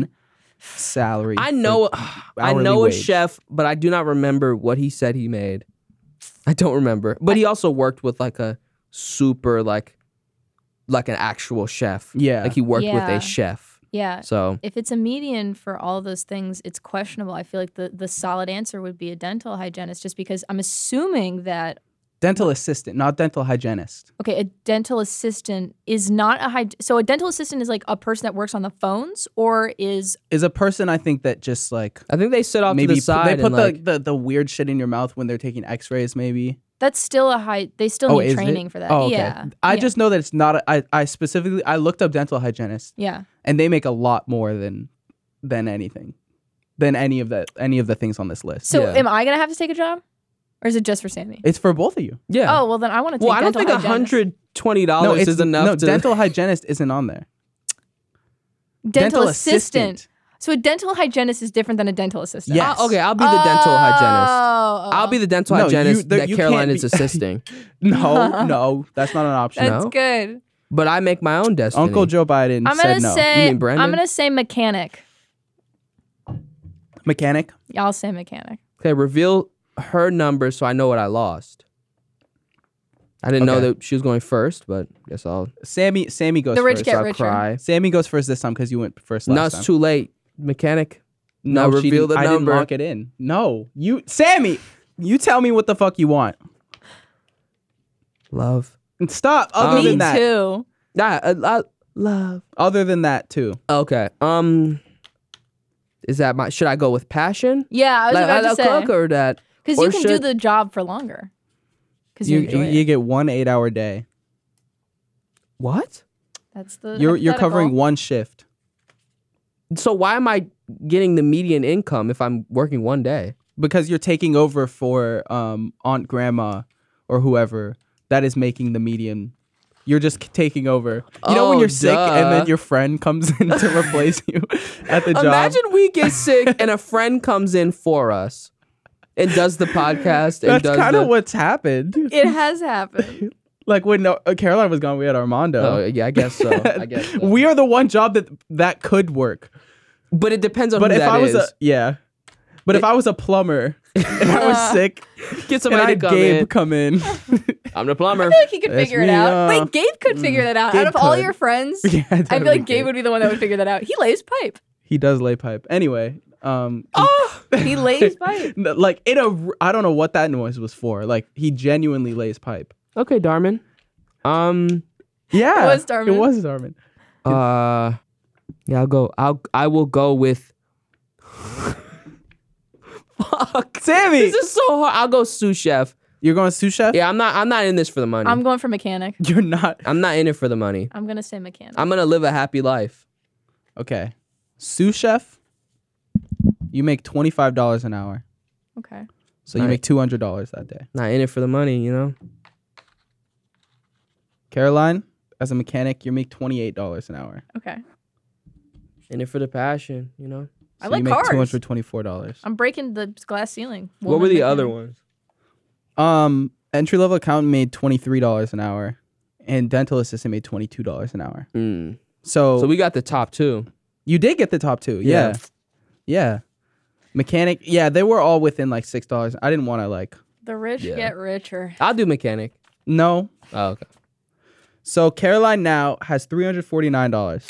Speaker 3: Median.
Speaker 1: salary.
Speaker 2: I
Speaker 1: for-
Speaker 2: know I
Speaker 1: hourly
Speaker 2: know a
Speaker 1: wage.
Speaker 2: chef, but I do not remember what he said he made. I don't remember. But he also worked with like a super like like an actual chef.
Speaker 1: Yeah.
Speaker 2: Like he worked
Speaker 3: Yeah.
Speaker 2: with a chef.
Speaker 3: Yeah.
Speaker 2: So
Speaker 3: If it's a median for all those things, it's questionable. I feel like the, the solid answer would be a dental hygienist just because I'm assuming that,
Speaker 1: dental assistant, not dental hygienist.
Speaker 3: okay, a dental assistant is not a hyd. So a dental assistant is like a person that works on the phones or is,
Speaker 1: Is a person I think that just like
Speaker 2: I think they sit off
Speaker 1: maybe
Speaker 2: to the
Speaker 1: pu-
Speaker 2: side
Speaker 1: they put
Speaker 2: and like
Speaker 1: the, the the weird shit in your mouth when they're taking X-rays. Maybe.
Speaker 3: that's still a high, they still
Speaker 1: Oh,
Speaker 3: need
Speaker 1: is it?
Speaker 3: training for that.
Speaker 1: Oh, okay.
Speaker 3: Yeah.
Speaker 1: I
Speaker 3: Yeah.
Speaker 1: just know that it's not. A, I I specifically I looked up dental hygienist
Speaker 3: yeah.
Speaker 1: and they make a lot more than than anything than any of the any of the things on this list.
Speaker 3: So
Speaker 2: Yeah.
Speaker 3: am I going to have to take a job or is it just for Sammy?
Speaker 1: It's for both of you.
Speaker 2: Yeah.
Speaker 3: Oh, well, then I want to take
Speaker 2: well, I don't
Speaker 3: dental
Speaker 2: think a
Speaker 3: hygienist.
Speaker 2: hundred twenty
Speaker 1: no,
Speaker 2: dollars
Speaker 1: it's
Speaker 2: Oh, is enough
Speaker 1: No,
Speaker 2: to
Speaker 1: dental hygienist isn't on there.
Speaker 3: dental, assistant. So a dental hygienist is different than a dental assistant.
Speaker 1: Yes.
Speaker 2: I'll- okay, I'll be the dental hygienist.
Speaker 3: Oh,
Speaker 2: I'll be the dental
Speaker 1: No, you-
Speaker 2: hygienist
Speaker 1: there-
Speaker 2: that
Speaker 1: you can't
Speaker 2: Caroline
Speaker 1: be-
Speaker 2: is assisting.
Speaker 1: No, no, that's not an option.
Speaker 3: That's
Speaker 2: No.
Speaker 3: good.
Speaker 2: But I make my own destiny.
Speaker 1: Uncle Joe Biden
Speaker 3: I'm
Speaker 1: said
Speaker 3: gonna
Speaker 1: no.
Speaker 3: say
Speaker 2: You mean Brandon?
Speaker 3: I'm gonna say mechanic.
Speaker 1: Mechanic.
Speaker 3: I'll say mechanic.
Speaker 2: Okay, reveal her number so I know what I lost. I didn't know
Speaker 1: Okay.
Speaker 2: that she was going first, but guess I'll,
Speaker 1: Sammy. Sammy goes
Speaker 3: The rich
Speaker 1: first.
Speaker 3: get
Speaker 2: I'll
Speaker 3: richer.
Speaker 2: cry.
Speaker 1: Sammy goes first this time because you went first last
Speaker 2: No,
Speaker 1: time.
Speaker 2: it's too late. Mechanic.
Speaker 1: no,
Speaker 2: now
Speaker 1: she
Speaker 2: reveal
Speaker 1: didn't-
Speaker 2: the
Speaker 1: I
Speaker 2: number.
Speaker 1: didn't lock it in. No, you, Sammy. You tell me what the fuck you want.
Speaker 2: Love.
Speaker 1: And Stop. Other
Speaker 2: Um,
Speaker 3: Me
Speaker 1: than that,
Speaker 3: too.
Speaker 2: Ah, uh, uh, love.
Speaker 1: other than that too.
Speaker 2: Okay. Um, is that my? Should I go with passion?
Speaker 3: Yeah, I was
Speaker 2: like, I
Speaker 3: about
Speaker 2: love
Speaker 3: to
Speaker 2: cook
Speaker 3: say
Speaker 2: or that?
Speaker 3: because
Speaker 2: or
Speaker 3: you can do
Speaker 2: should-
Speaker 3: the job for longer. Because you,
Speaker 1: You
Speaker 3: enjoy
Speaker 1: you,
Speaker 3: it.
Speaker 1: you get one eight hour day.
Speaker 2: What?
Speaker 3: that's the
Speaker 1: You're you're covering
Speaker 3: hypothetical.
Speaker 1: one shift.
Speaker 2: So why am I getting the median income if I'm working one day?
Speaker 1: because you're taking over for um, aunt grandma or whoever that is making the median you're just c- taking over you know when
Speaker 2: Oh,
Speaker 1: you're sick and then
Speaker 2: duh.
Speaker 1: your friend comes in to replace you at the job
Speaker 2: Imagine we get sick and a friend comes in for us and does the podcast and
Speaker 1: that's
Speaker 2: does
Speaker 1: kind
Speaker 2: the,
Speaker 1: of what's happened
Speaker 3: It has happened.
Speaker 1: like when uh, caroline was gone we had
Speaker 2: Oh,
Speaker 1: armando
Speaker 2: yeah, I guess so. I guess so.
Speaker 1: we are the one job that that could work
Speaker 2: but it depends on
Speaker 1: but
Speaker 2: who
Speaker 1: if
Speaker 2: that
Speaker 1: i was
Speaker 2: is.
Speaker 1: a yeah but if i was a plumber and i was sick
Speaker 2: get
Speaker 1: and i
Speaker 2: somebody
Speaker 1: had
Speaker 2: to come
Speaker 1: Gabe
Speaker 2: in.
Speaker 1: come in
Speaker 2: I'm the plumber.
Speaker 3: I feel like he could
Speaker 1: That's
Speaker 3: figure it
Speaker 1: me,
Speaker 3: out.
Speaker 1: uh,
Speaker 3: Wait, Gabe could figure that out.
Speaker 1: Gabe
Speaker 3: Out of all
Speaker 1: could.
Speaker 3: your friends,
Speaker 1: yeah,
Speaker 3: I feel like Gabe would be the one that would figure that out. He lays pipe.
Speaker 1: he does lay pipe anyway Um,
Speaker 3: Oh, He lays pipe.
Speaker 1: like in a, r- I don't know what that noise was for. Like he genuinely lays pipe.
Speaker 2: Okay, Darman. Um.
Speaker 1: Yeah,
Speaker 3: was Darman.
Speaker 1: It was Darman.
Speaker 2: Uh. Yeah, I'll go. I'll. I will go with. Fuck.
Speaker 1: Sammy,
Speaker 2: This is so hard. I'll go sous chef.
Speaker 1: you're going sous chef.
Speaker 2: Yeah, I'm not. I'm not in this for the money.
Speaker 3: I'm
Speaker 2: I'm,
Speaker 3: going for mechanic.
Speaker 1: you're not.
Speaker 2: not in it for the money.
Speaker 3: I'm gonna say mechanic.
Speaker 2: I'm gonna live a happy life.
Speaker 1: Okay, sous chef. You make twenty five dollars an hour,
Speaker 3: okay.
Speaker 1: so you
Speaker 2: Right.
Speaker 1: make two hundred dollars that day.
Speaker 2: Not in it for the money. You know.
Speaker 1: Caroline, as a mechanic, you make twenty eight dollars an hour.
Speaker 3: Okay.
Speaker 2: In it for the passion. You know.
Speaker 3: I
Speaker 1: So
Speaker 3: like
Speaker 1: you make
Speaker 3: cars.
Speaker 1: two hundred twenty four dollars.
Speaker 3: I'm breaking the glass ceiling.
Speaker 2: what were
Speaker 3: Woman
Speaker 2: the other
Speaker 3: mechanic.
Speaker 2: ones?
Speaker 1: Um, entry level accountant made twenty three dollars an hour, and dental assistant made twenty two dollars an hour.
Speaker 2: Mm.
Speaker 1: So,
Speaker 2: So we got the top two.
Speaker 1: you did get the top two. Yeah. yeah, Mechanic. Yeah, they were all within like six dollars. I didn't want to like
Speaker 3: The rich
Speaker 2: Yeah.
Speaker 3: get richer.
Speaker 2: I'll do mechanic.
Speaker 1: no.
Speaker 2: Oh, okay.
Speaker 1: So Caroline now has three hundred forty nine dollars,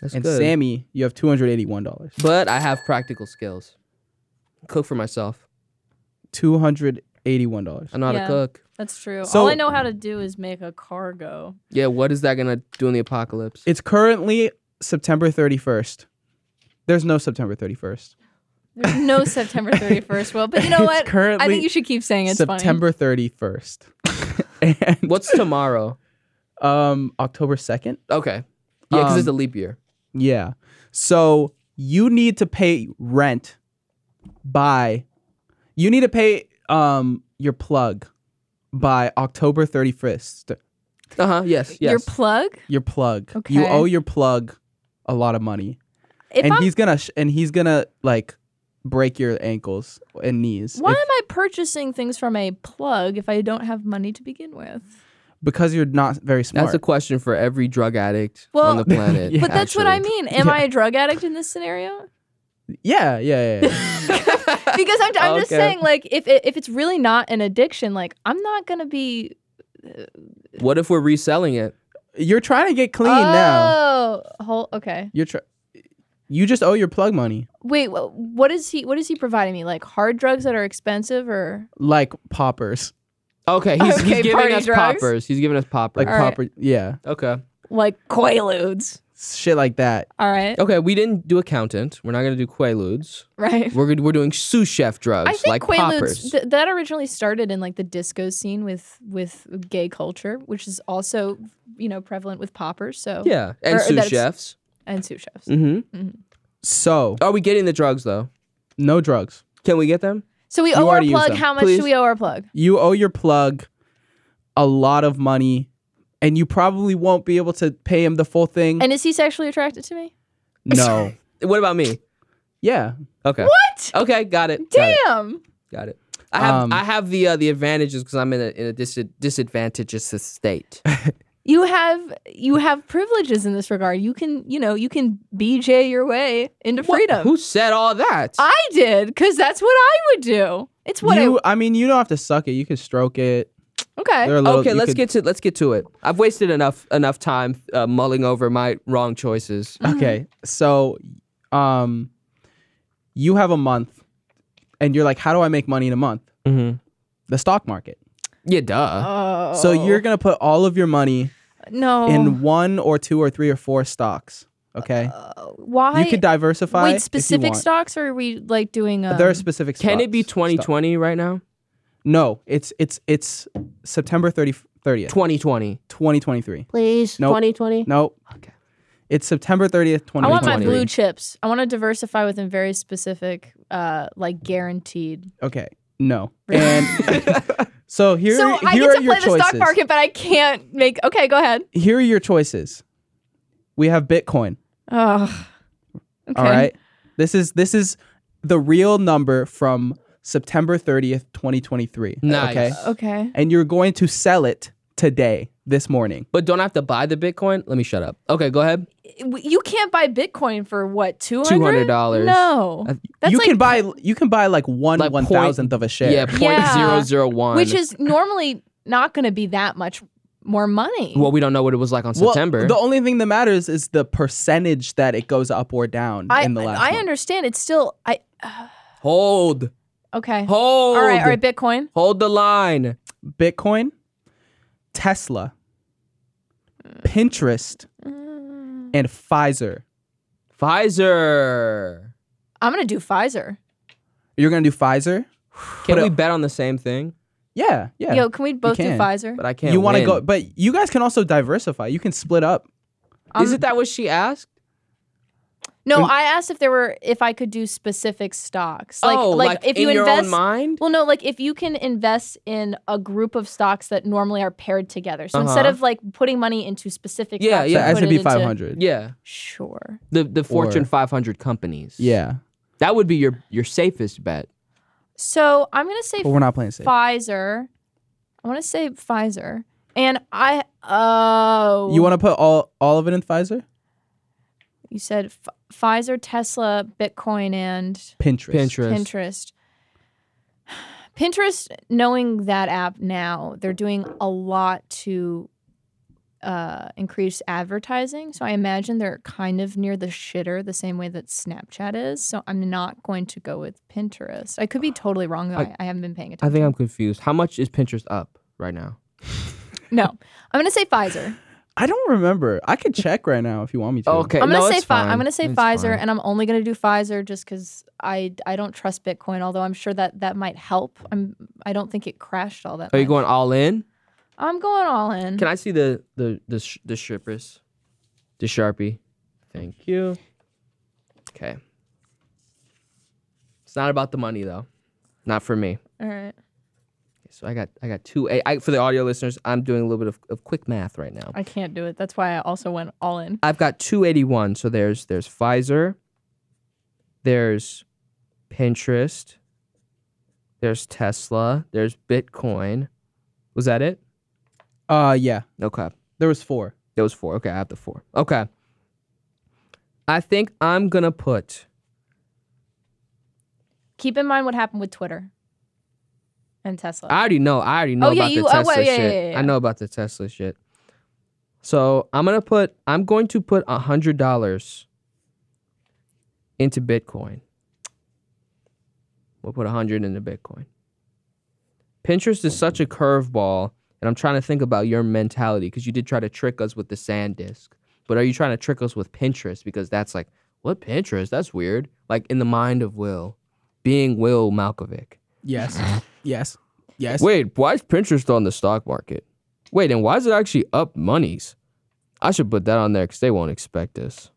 Speaker 2: That's
Speaker 1: and
Speaker 2: good.
Speaker 1: Sammy, you have two hundred eighty one dollars.
Speaker 2: but I have practical skills. Cook for myself.
Speaker 1: Two hundred eighty one dollars.
Speaker 2: I know how
Speaker 3: Yeah.
Speaker 2: to cook.
Speaker 3: That's true.
Speaker 1: So-
Speaker 3: All I know how to do is make a cargo.
Speaker 2: Yeah, what is that gonna do in the apocalypse?
Speaker 1: It's currently September thirty first. There's no September thirty first.
Speaker 3: There's no September 31st, Will. But you know
Speaker 1: It's
Speaker 3: what? I
Speaker 1: currently
Speaker 3: think you should keep saying it's
Speaker 1: September thirty first. and
Speaker 2: What's tomorrow?
Speaker 1: um October second.
Speaker 2: Okay. Yeah, because it's
Speaker 1: Um,
Speaker 2: a leap year.
Speaker 1: Yeah. So you need to pay rent by you need to pay um your plug by October 31st.
Speaker 2: Uh huh. Yes.
Speaker 3: fine. Your
Speaker 2: Yes.
Speaker 3: plug?
Speaker 1: Your plug. You
Speaker 3: Okay.
Speaker 1: owe your plug a lot of money.
Speaker 3: If
Speaker 1: and
Speaker 3: I'm,
Speaker 1: he's going to sh- and he's going to like break your ankles and knees
Speaker 3: why
Speaker 1: if-
Speaker 3: am I purchasing things from a plug if I don't have money to begin with?
Speaker 1: because you're not very smart.
Speaker 2: That's a question for every drug addict
Speaker 3: Well,
Speaker 2: on the planet.
Speaker 1: Yeah,
Speaker 3: but that's what I
Speaker 2: actually.
Speaker 3: mean. Am
Speaker 1: Yeah.
Speaker 3: I a drug addict in this scenario?
Speaker 1: yeah, yeah, yeah. yeah.
Speaker 3: Because I'm, I'm just
Speaker 2: Okay.
Speaker 3: saying, like, if it, if it's really not an addiction, like, I'm not gonna be.
Speaker 2: What if we're reselling it?
Speaker 1: you're trying to get clean
Speaker 3: oh,
Speaker 1: now.
Speaker 3: whole okay.
Speaker 1: You're try- you just owe your plug money.
Speaker 3: Wait, wh- what is he? What is he providing me? Like hard drugs that are expensive, or
Speaker 1: Like poppers.
Speaker 2: Okay, he's,
Speaker 3: Okay,
Speaker 2: he's giving
Speaker 3: party
Speaker 2: us
Speaker 3: drugs?
Speaker 2: poppers. He's giving us poppers.
Speaker 1: Like
Speaker 3: All right.
Speaker 1: popper yeah.
Speaker 2: okay.
Speaker 3: like Quaaludes?
Speaker 1: Shit like that.
Speaker 3: All right,
Speaker 2: Okay, we didn't do accountant. We're not gonna do quaaludes.
Speaker 3: right.
Speaker 2: We're gonna- we're doing sous chef drugs
Speaker 3: I think
Speaker 2: like
Speaker 3: Quaaludes
Speaker 2: poppers.
Speaker 3: th- that originally started in like the disco scene with with gay culture, which is also you know prevalent with poppers. So
Speaker 2: yeah, and
Speaker 3: or
Speaker 2: sous
Speaker 3: that's-
Speaker 2: chefs.
Speaker 3: and sous chefs.
Speaker 1: Mm.
Speaker 2: Mm-hmm.
Speaker 1: So
Speaker 2: Are we getting the drugs though?
Speaker 1: no drugs.
Speaker 2: Can we get them?
Speaker 3: So we
Speaker 1: You
Speaker 3: owe our
Speaker 1: already used
Speaker 3: plug.
Speaker 1: them.
Speaker 3: How much
Speaker 2: Please.
Speaker 3: do we owe our plug?
Speaker 1: You owe your plug a lot of money, and you probably won't be able to pay him the full thing.
Speaker 3: And is he sexually attracted to me?
Speaker 1: no.
Speaker 2: What about me?
Speaker 1: yeah.
Speaker 2: Okay.
Speaker 3: What?
Speaker 2: Okay, got it. Got it.
Speaker 3: Damn.
Speaker 2: Got it. I have
Speaker 1: Um,
Speaker 2: I have the uh, the advantages because I'm in a in a dis- disadvantageous state.
Speaker 3: You have you have privileges in this regard. You can you know you can BJ your way into freedom.
Speaker 2: Who said all that?
Speaker 3: I did because that's what I would do. It's what
Speaker 1: you, I, mean, you don't have to suck it. You can stroke it.
Speaker 3: I okay.
Speaker 1: There are little-
Speaker 2: okay,
Speaker 1: you
Speaker 2: let's
Speaker 1: could-
Speaker 2: get to let's get to it. I've wasted enough enough time uh, mulling over my wrong choices.
Speaker 1: Okay. So, um, you have a month, and you're like, how do I make money in a month?
Speaker 2: Mm-hmm.
Speaker 1: The stock market.
Speaker 2: Yeah, duh.
Speaker 3: Oh.
Speaker 1: So you're gonna put all of your money
Speaker 3: no.
Speaker 1: in one or two or three or four stocks. Okay.
Speaker 3: Uh, why?
Speaker 1: you could diversify.
Speaker 3: Wait, specific
Speaker 1: stocks.
Speaker 3: stocks, or are we like doing? Um,
Speaker 1: There are specific.
Speaker 2: Can it be
Speaker 1: stocks- stocks.
Speaker 2: 2020 right now?
Speaker 1: No, it's it's it's September 30, 30th,
Speaker 2: 2020.
Speaker 1: 2023.
Speaker 2: Please,
Speaker 1: Nope.
Speaker 2: 2020.
Speaker 1: Nope.
Speaker 2: Okay.
Speaker 1: It's September 30th,
Speaker 3: I want my
Speaker 1: 2023.
Speaker 3: blue chips. I want to diversify within very specific, uh, like guaranteed.
Speaker 1: Okay. No. And so here
Speaker 3: so I
Speaker 1: here
Speaker 3: get
Speaker 1: are
Speaker 3: to
Speaker 1: your
Speaker 3: play the
Speaker 1: choices.
Speaker 3: stock market, but I can't make. Okay, go ahead.
Speaker 1: Here are your choices. We have Bitcoin,
Speaker 3: Oh. Okay.
Speaker 1: all right? This is this is the real number from September 30th, 2023.
Speaker 2: Nice.
Speaker 1: Okay?
Speaker 3: Okay.
Speaker 1: And you're going to sell it today, this morning.
Speaker 2: But don't I have to buy the Bitcoin. Let me shut up. Okay, go ahead.
Speaker 3: You can't buy Bitcoin for what two hundred?
Speaker 2: $200.
Speaker 3: No,
Speaker 2: I-
Speaker 3: that's
Speaker 1: you
Speaker 3: like
Speaker 1: can buy you can buy like one
Speaker 2: Like
Speaker 1: one
Speaker 2: point-
Speaker 1: thousandth of a share.
Speaker 2: Yeah, point
Speaker 3: Yeah.
Speaker 2: zero zero one.
Speaker 3: which is normally not going to be that much more money.
Speaker 2: Well, we don't know what it was like on
Speaker 1: Well,
Speaker 2: September.
Speaker 1: the only thing that matters is the percentage that it goes up or down
Speaker 3: I
Speaker 1: in the last.
Speaker 3: I
Speaker 1: month.
Speaker 3: understand. It's still I.
Speaker 2: hold,
Speaker 3: Okay.
Speaker 2: hold,
Speaker 3: All right. All right. Bitcoin.
Speaker 2: hold the line.
Speaker 1: Bitcoin, Tesla, Pinterest,
Speaker 3: Mm.
Speaker 1: and Pfizer.
Speaker 2: Pfizer.
Speaker 3: I'm gonna do Pfizer.
Speaker 1: You're gonna do Pfizer?
Speaker 2: Can
Speaker 1: But, uh,
Speaker 2: we bet on the same thing?
Speaker 1: Yeah, yeah.
Speaker 3: Yo, can we both do
Speaker 1: can,
Speaker 3: Pfizer?
Speaker 2: But I can't.
Speaker 1: you want to
Speaker 2: win.
Speaker 1: go, but you guys can also diversify. You can split up.
Speaker 2: Is
Speaker 3: I'm-
Speaker 2: it that what she asked?
Speaker 3: No,
Speaker 1: Mm.
Speaker 3: I asked if there were if I could do specific stocks. Like
Speaker 2: oh,
Speaker 3: like, if
Speaker 2: in
Speaker 3: you
Speaker 2: your
Speaker 3: invest
Speaker 2: own mind.
Speaker 3: Well, no, like if you can invest in a group of stocks that normally are paired together. So instead
Speaker 2: Uh-huh.
Speaker 3: of like putting money into specific
Speaker 2: Yeah,
Speaker 3: stocks,
Speaker 1: The
Speaker 3: you
Speaker 2: yeah.
Speaker 3: put
Speaker 1: S and
Speaker 3: it
Speaker 1: P
Speaker 3: into-
Speaker 1: 500.
Speaker 2: Yeah,
Speaker 3: Sure.
Speaker 2: the the Fortune
Speaker 1: Or-
Speaker 2: 500 companies.
Speaker 1: Yeah,
Speaker 2: that would be your your safest bet.
Speaker 3: So I'm gonna say
Speaker 1: but we're not playing safe.
Speaker 3: Pfizer. I want to say Pfizer, and I oh
Speaker 1: You want to put all all of it in Pfizer,
Speaker 3: you said F- Pfizer, Tesla, Bitcoin, and
Speaker 1: Pinterest.
Speaker 2: Pinterest.
Speaker 3: Pinterest. Pinterest, knowing that app now, they're doing a lot to uh, increase advertising. So I imagine they're kind of near the shitter, the same way that Snapchat is. So I'm not going to go with Pinterest. I could be totally wrong. Though.
Speaker 2: I-
Speaker 3: I, I haven't been paying
Speaker 2: I
Speaker 3: attention.
Speaker 2: think I'm confused. How much is Pinterest up right now?
Speaker 3: no, I'm going to say Pfizer.
Speaker 1: I don't remember. I could check right now if you want me to.
Speaker 2: Okay,
Speaker 3: I'm
Speaker 2: no,
Speaker 3: gonna say
Speaker 2: it's
Speaker 3: Pfi-
Speaker 2: fine.
Speaker 3: I'm gonna say
Speaker 2: It's
Speaker 3: Pfizer,
Speaker 2: fine.
Speaker 3: and I'm only gonna do Pfizer just because I I don't trust Bitcoin. Although I'm sure that that might help. I'm I don't think it crashed all that.
Speaker 2: Are you
Speaker 3: much.
Speaker 2: going all in?
Speaker 3: I'm going all in.
Speaker 2: Can I see the the the sh- the strippers, the sharpie? Thank you. Okay. It's not about the money though, not for me.
Speaker 3: all right.
Speaker 2: So I got I got two. I, I, for the audio listeners, I'm doing a little bit of, of quick math right now.
Speaker 3: I can't do it. That's why I also went all in.
Speaker 2: I've got 281. So there's there's Pfizer, there's Pinterest, there's Tesla, there's Bitcoin. Was that it?
Speaker 1: Uh, yeah,
Speaker 2: Okay.
Speaker 1: there was four.
Speaker 2: There was four. Okay, I have the four. Okay. I think I'm gonna put
Speaker 3: Keep in mind what happened with Twitter and Tesla.
Speaker 2: I already know. I already know
Speaker 3: Oh, yeah,
Speaker 2: about
Speaker 3: you-
Speaker 2: the
Speaker 3: oh,
Speaker 2: Tesla
Speaker 3: wait, yeah,
Speaker 2: shit.
Speaker 3: yeah, yeah,
Speaker 2: I know about the Tesla shit. So I'm gonna put I'm going to put a hundred dollars into Bitcoin. We'll put a hundred into Bitcoin. Pinterest is such a curveball, and I'm trying to think about your mentality because you did try to trick us with the sand disk. But are you trying to trick us with Pinterest? Because that's like, what Pinterest? That's weird. Like in the mind of Will, being Will Malkovich.
Speaker 1: Yes, yes, yes.
Speaker 2: Wait, why is Pinterest on the stock market? Wait, and why is it actually up monies? I should put that on there because they won't expect this.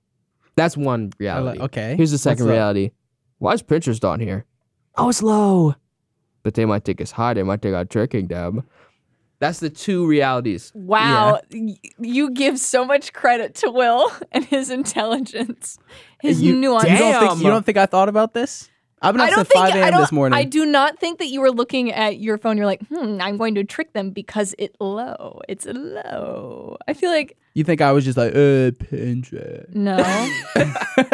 Speaker 2: That's one
Speaker 1: I
Speaker 2: reality.
Speaker 1: like- okay.
Speaker 2: Here's the second
Speaker 1: What's up?
Speaker 2: reality. Why is Pinterest on here? Oh, it's low. But they might think it's high. They might think I'm tricking them. That's the two realities.
Speaker 3: wow, Y- you give so much credit to Will and his intelligence, his
Speaker 1: you,
Speaker 3: nuance.
Speaker 1: You don't, think,
Speaker 2: Damn.
Speaker 1: you don't think I thought about this? I've been
Speaker 3: I
Speaker 1: up
Speaker 3: don't
Speaker 1: since
Speaker 3: think
Speaker 1: 5
Speaker 3: I
Speaker 1: a.m.
Speaker 3: don't,
Speaker 1: this morning.
Speaker 3: I do not think that you were looking at your phone. You're like, hmm, I'm going to trick them because it low. It's low. I feel like
Speaker 1: You think I was just like, uh, Pinterest?
Speaker 3: no,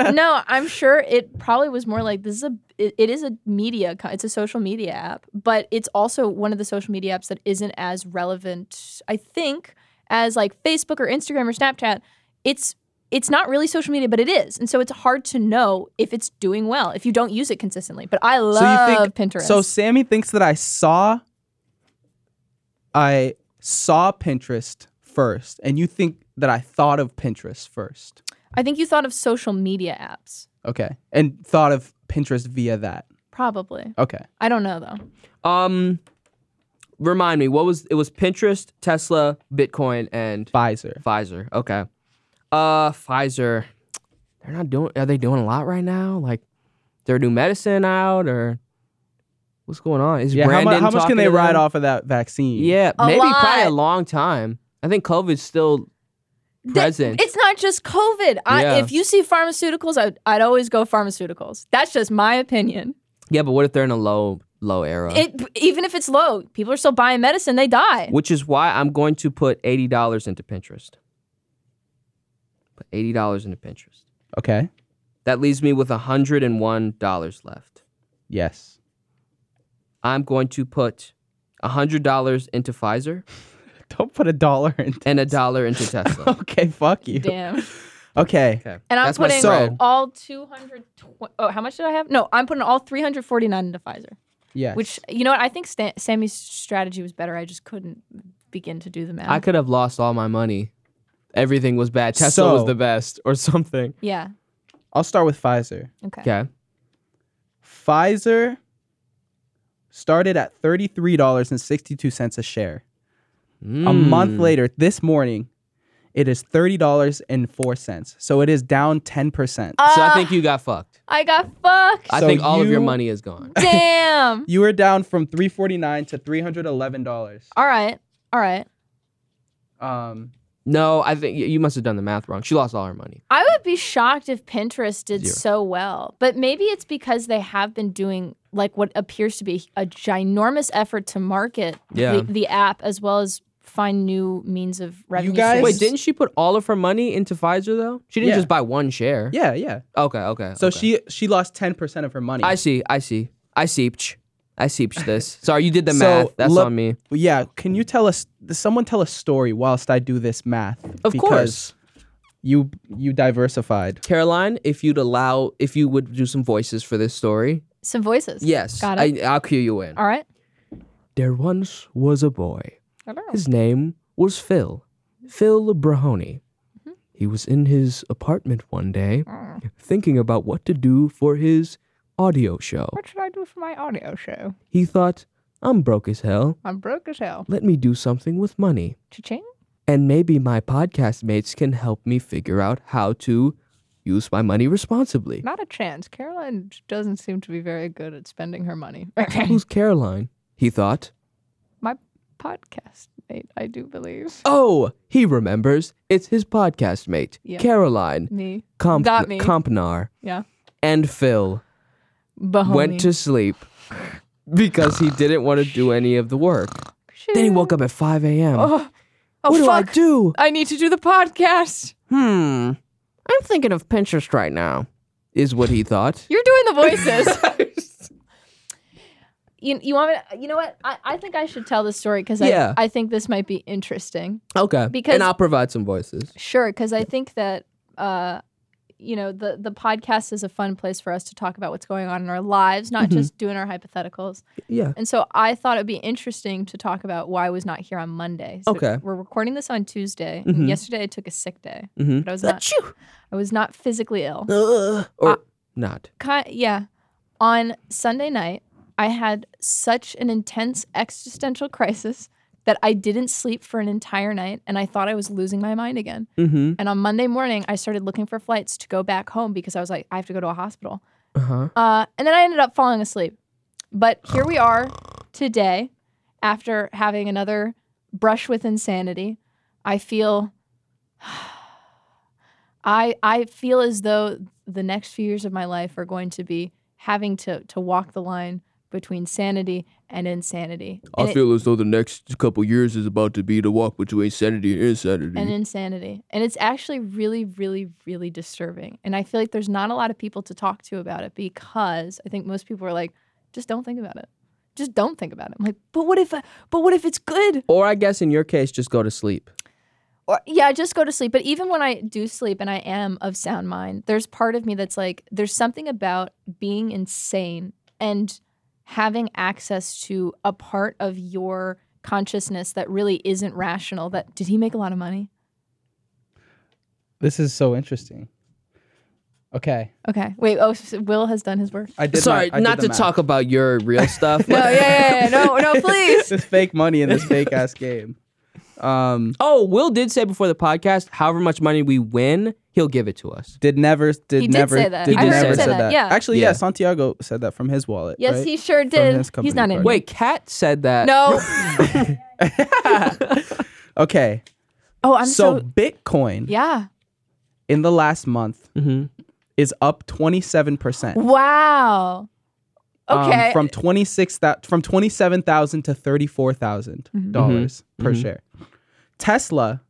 Speaker 3: no. I'm sure it probably was more like this is a. It, it is a media. co- It's a social media app, but it's also one of the social media apps that isn't as relevant. I think as like Facebook or Instagram or Snapchat. It's it's not really social media, but it is, and so it's hard to know if it's doing well if you don't use it consistently. But I love Pinterest.
Speaker 1: So Sammy thinks that I saw I saw Pinterest first, and you think that I thought of Pinterest first.
Speaker 3: I think you thought of social media apps.
Speaker 1: Okay. And thought of Pinterest via that.
Speaker 3: Probably.
Speaker 1: Okay.
Speaker 3: I don't know though.
Speaker 2: Um, remind me, what was it? Was Pinterest, Tesla, Bitcoin, and
Speaker 1: Pfizer.
Speaker 2: Pfizer. Okay. Uh, Pfizer. They're not doing. Are they doing a lot right now? Like, their new medicine out or what's going on? Is
Speaker 1: Yeah, how, mu-
Speaker 2: Brandon
Speaker 1: how much
Speaker 2: talking
Speaker 1: can they
Speaker 2: to
Speaker 1: ride
Speaker 2: them?
Speaker 1: off of that vaccine?
Speaker 2: Yeah,
Speaker 3: A
Speaker 2: maybe probably a
Speaker 3: lot.
Speaker 2: long time. I think COVID's still
Speaker 3: Th-
Speaker 2: present.
Speaker 3: It's not just COVID. I,
Speaker 2: Yeah.
Speaker 3: if you see pharmaceuticals, I'd, I'd always go pharmaceuticals. That's just my opinion.
Speaker 2: yeah, but what if they're in a low low era?
Speaker 3: It even if it's low, people are still buying medicine. They die.
Speaker 2: Which is why I'm going to put eighty dollars into Pinterest. Put eighty dollars into Pinterest.
Speaker 1: Okay.
Speaker 2: That leaves me with hundred and one dollars left.
Speaker 1: Yes.
Speaker 2: I'm going to put hundred dollars into Pfizer.
Speaker 1: Don't put a dollar in.
Speaker 2: and a dollar into Tesla.
Speaker 1: Okay, fuck you.
Speaker 3: Damn.
Speaker 1: Okay.
Speaker 2: Okay.
Speaker 3: And I'm
Speaker 2: That's my
Speaker 3: putting
Speaker 1: spread.
Speaker 3: all 220. Oh, how much did I have? No, I'm putting all 349 into Pfizer.
Speaker 1: Yes.
Speaker 3: Which you know what? I think Stan- Sammy's strategy was better. I just couldn't begin to do the math.
Speaker 2: I could have lost all my money. Everything was bad. Tesla was
Speaker 1: So-
Speaker 2: the best or something.
Speaker 3: yeah.
Speaker 1: I'll start with Pfizer.
Speaker 3: Okay.
Speaker 2: Okay.
Speaker 1: Pfizer started at $33.62 a share.
Speaker 2: Mm.
Speaker 1: A
Speaker 2: Hmm.
Speaker 1: month later, this morning, it is $30.04. So it is down 10%.
Speaker 2: So I
Speaker 3: Ah,
Speaker 2: think you got fucked.
Speaker 3: I got fucked.
Speaker 2: I
Speaker 1: So
Speaker 2: think all of your
Speaker 1: you-
Speaker 2: money is gone.
Speaker 3: Damn.
Speaker 1: You were down from 349 to $311.
Speaker 3: All right. All right.
Speaker 1: Um,
Speaker 2: No, I think you- you must have done the math wrong. She lost all her money.
Speaker 3: I would be shocked if Pinterest did
Speaker 2: Zero.
Speaker 3: so well, but maybe it's because they have been doing like what appears to be a ginormous effort to market
Speaker 2: Yeah.
Speaker 3: the, the app as well as find new means of revenue.
Speaker 1: guys-
Speaker 3: sources.
Speaker 2: Wait, didn't she put all of her money into Pfizer though? She didn't
Speaker 1: Yeah.
Speaker 2: just buy one share.
Speaker 1: yeah, yeah.
Speaker 2: Okay. Okay.
Speaker 1: So
Speaker 2: okay.
Speaker 1: she she lost 10% of her money.
Speaker 2: I see. I see. I seeped. I seeped this. Sorry, you did the
Speaker 1: So,
Speaker 2: math. That's
Speaker 1: look-
Speaker 2: on me.
Speaker 1: Well, yeah, can you tell us someone tell a story whilst I do this math?
Speaker 2: Of course,
Speaker 1: Because You you diversified.
Speaker 2: Caroline. If you'd allow, if you would do some voices for this story,
Speaker 3: some voices?
Speaker 2: yes,
Speaker 3: Got
Speaker 2: I, I'll cue you in.
Speaker 3: All right.
Speaker 2: There once was a boy.
Speaker 3: I don't know.
Speaker 2: His name was Phil. Phil Brahoney. He was in his apartment one day,
Speaker 3: Mm-hmm. Mm.
Speaker 2: thinking about what to do for his audio show.
Speaker 3: What should I do for my audio show?
Speaker 2: He thought, "I'm broke as hell.
Speaker 3: I'm broke as hell.
Speaker 2: Let me do something with money."
Speaker 3: Cha-ching.
Speaker 2: and maybe my podcast mates can help me figure out how to use my money responsibly.
Speaker 3: Not a chance. Caroline doesn't seem to be very good at spending her money.
Speaker 2: Who's Caroline? He thought.
Speaker 3: Podcast, mate, I do believe.
Speaker 2: Oh, he remembers. It's his podcast mate,
Speaker 3: Yeah.
Speaker 2: Caroline
Speaker 3: Me.
Speaker 2: Comp-
Speaker 3: Got me.
Speaker 2: Compnar.
Speaker 3: Yeah.
Speaker 2: And Phil
Speaker 3: Bahoney.
Speaker 2: went to sleep because he didn't want to do any of the work. Then he woke up at 5 a.m.
Speaker 3: Oh, oh
Speaker 2: what do I
Speaker 3: fuck.
Speaker 2: do?
Speaker 3: I need to do the podcast.
Speaker 2: Hmm. I'm thinking of Pinterest right now, is what he thought.
Speaker 3: You're doing the voices. you, you want me to, you know what? I, I think I should tell this story because
Speaker 2: Yeah.
Speaker 3: I, I think this might be interesting.
Speaker 2: okay.
Speaker 3: Because-
Speaker 2: and I'll provide some voices.
Speaker 3: Sure, because I think that uh, you know the the podcast is a fun place for us to talk about what's going on in our lives, not
Speaker 2: Mm-hmm.
Speaker 3: just doing our hypotheticals.
Speaker 2: Yeah.
Speaker 3: And so I thought it'd be interesting to talk about why I was not here on Monday. So
Speaker 2: Okay.
Speaker 3: We're recording this on Tuesday.
Speaker 2: Mhm.
Speaker 3: And yesterday I took a sick day,
Speaker 2: Mm-hmm.
Speaker 3: but I was not. I was not physically ill.
Speaker 2: or not.
Speaker 3: Ki yeah. On Sunday night, I had such an intense existential crisis that I didn't sleep for an entire night, and I thought I was losing my mind again.
Speaker 2: Mm-hmm.
Speaker 3: And on Monday morning, I started looking for flights to go back home because I was like, I have to go to a hospital.
Speaker 2: Uh huh.
Speaker 3: Uh, and then I ended up falling asleep. But here we are today after having another brush with insanity. I feel I I feel as though the next few years of my life are going to be having to to walk the line between sanity and insanity. And it-
Speaker 2: as though the next couple years is about to be the walk between sanity and insanity.
Speaker 3: and insanity. And it's actually really, really, really disturbing. And I feel like there's not a lot of people to talk to about it because I think most people are like, just don't think about it. Just don't think about it. I'm like, but what if? I, but what if it's good?
Speaker 2: or I guess in your case, just go to sleep.
Speaker 3: Or yeah, just go to sleep. But even when I do sleep and I am of sound mind, there's part of me that's like, there's something about being insane and having access to a part of your consciousness that really isn't rational. That did he make a lot of money?
Speaker 1: This is so interesting. Okay,
Speaker 3: Okay. Wait. Oh, s- Will has done his work.
Speaker 1: I did.
Speaker 2: Sorry,
Speaker 1: my- I did
Speaker 2: not
Speaker 1: the
Speaker 2: to
Speaker 1: math.
Speaker 2: talk about your real stuff.
Speaker 3: No, yeah, yeah, yeah. No, no, please.
Speaker 1: This fake money in this fake ass game. Um,
Speaker 2: Oh, Will did say before the podcast, however much money we win, he'll give it to us.
Speaker 1: did never did,
Speaker 3: He did
Speaker 1: never
Speaker 3: say that.
Speaker 1: did
Speaker 2: I heard him
Speaker 1: never
Speaker 2: say
Speaker 1: said
Speaker 3: that, yeah.
Speaker 1: Actually,
Speaker 2: Yeah.
Speaker 1: yeah. Santiago said that from his wallet.
Speaker 3: Yes,
Speaker 1: right?
Speaker 3: he sure
Speaker 1: his
Speaker 3: did.
Speaker 1: company
Speaker 3: He's not in.
Speaker 1: card.
Speaker 3: Wait.
Speaker 2: Wait, Kat said that.
Speaker 3: No.
Speaker 1: Okay,
Speaker 3: Oh, I'm
Speaker 1: so,
Speaker 3: so.
Speaker 1: Bitcoin
Speaker 3: yeah.
Speaker 1: in the last month
Speaker 2: Mhm.
Speaker 1: is up twenty seven percent. um,
Speaker 3: Wow.
Speaker 2: Um,
Speaker 3: Okay.
Speaker 1: from twenty six that from twenty seven thousand to thirty
Speaker 3: Mm-hmm.
Speaker 1: dollars per
Speaker 2: Mhm.
Speaker 1: share. Tesla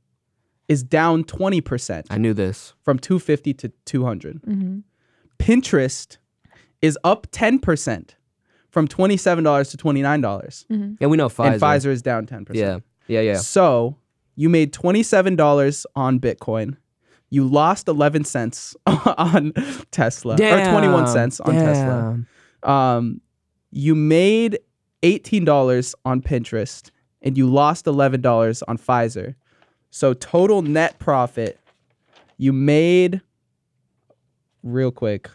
Speaker 1: is down twenty percent
Speaker 2: I knew this.
Speaker 1: from two fifty to two hundred.
Speaker 3: Mhm.
Speaker 1: Pinterest is up 10% from $27 to $29.
Speaker 2: And we know Pfizer.
Speaker 1: And Pfizer is down 10%.
Speaker 2: Yeah. Yeah, yeah.
Speaker 1: So you made $27 on Bitcoin. You lost 11 cents on Tesla or 21 cents on Tesla.
Speaker 2: Damn.
Speaker 1: Um, you made $18 on Pinterest and you lost $11 on Pfizer. So total net profit, you made real quick.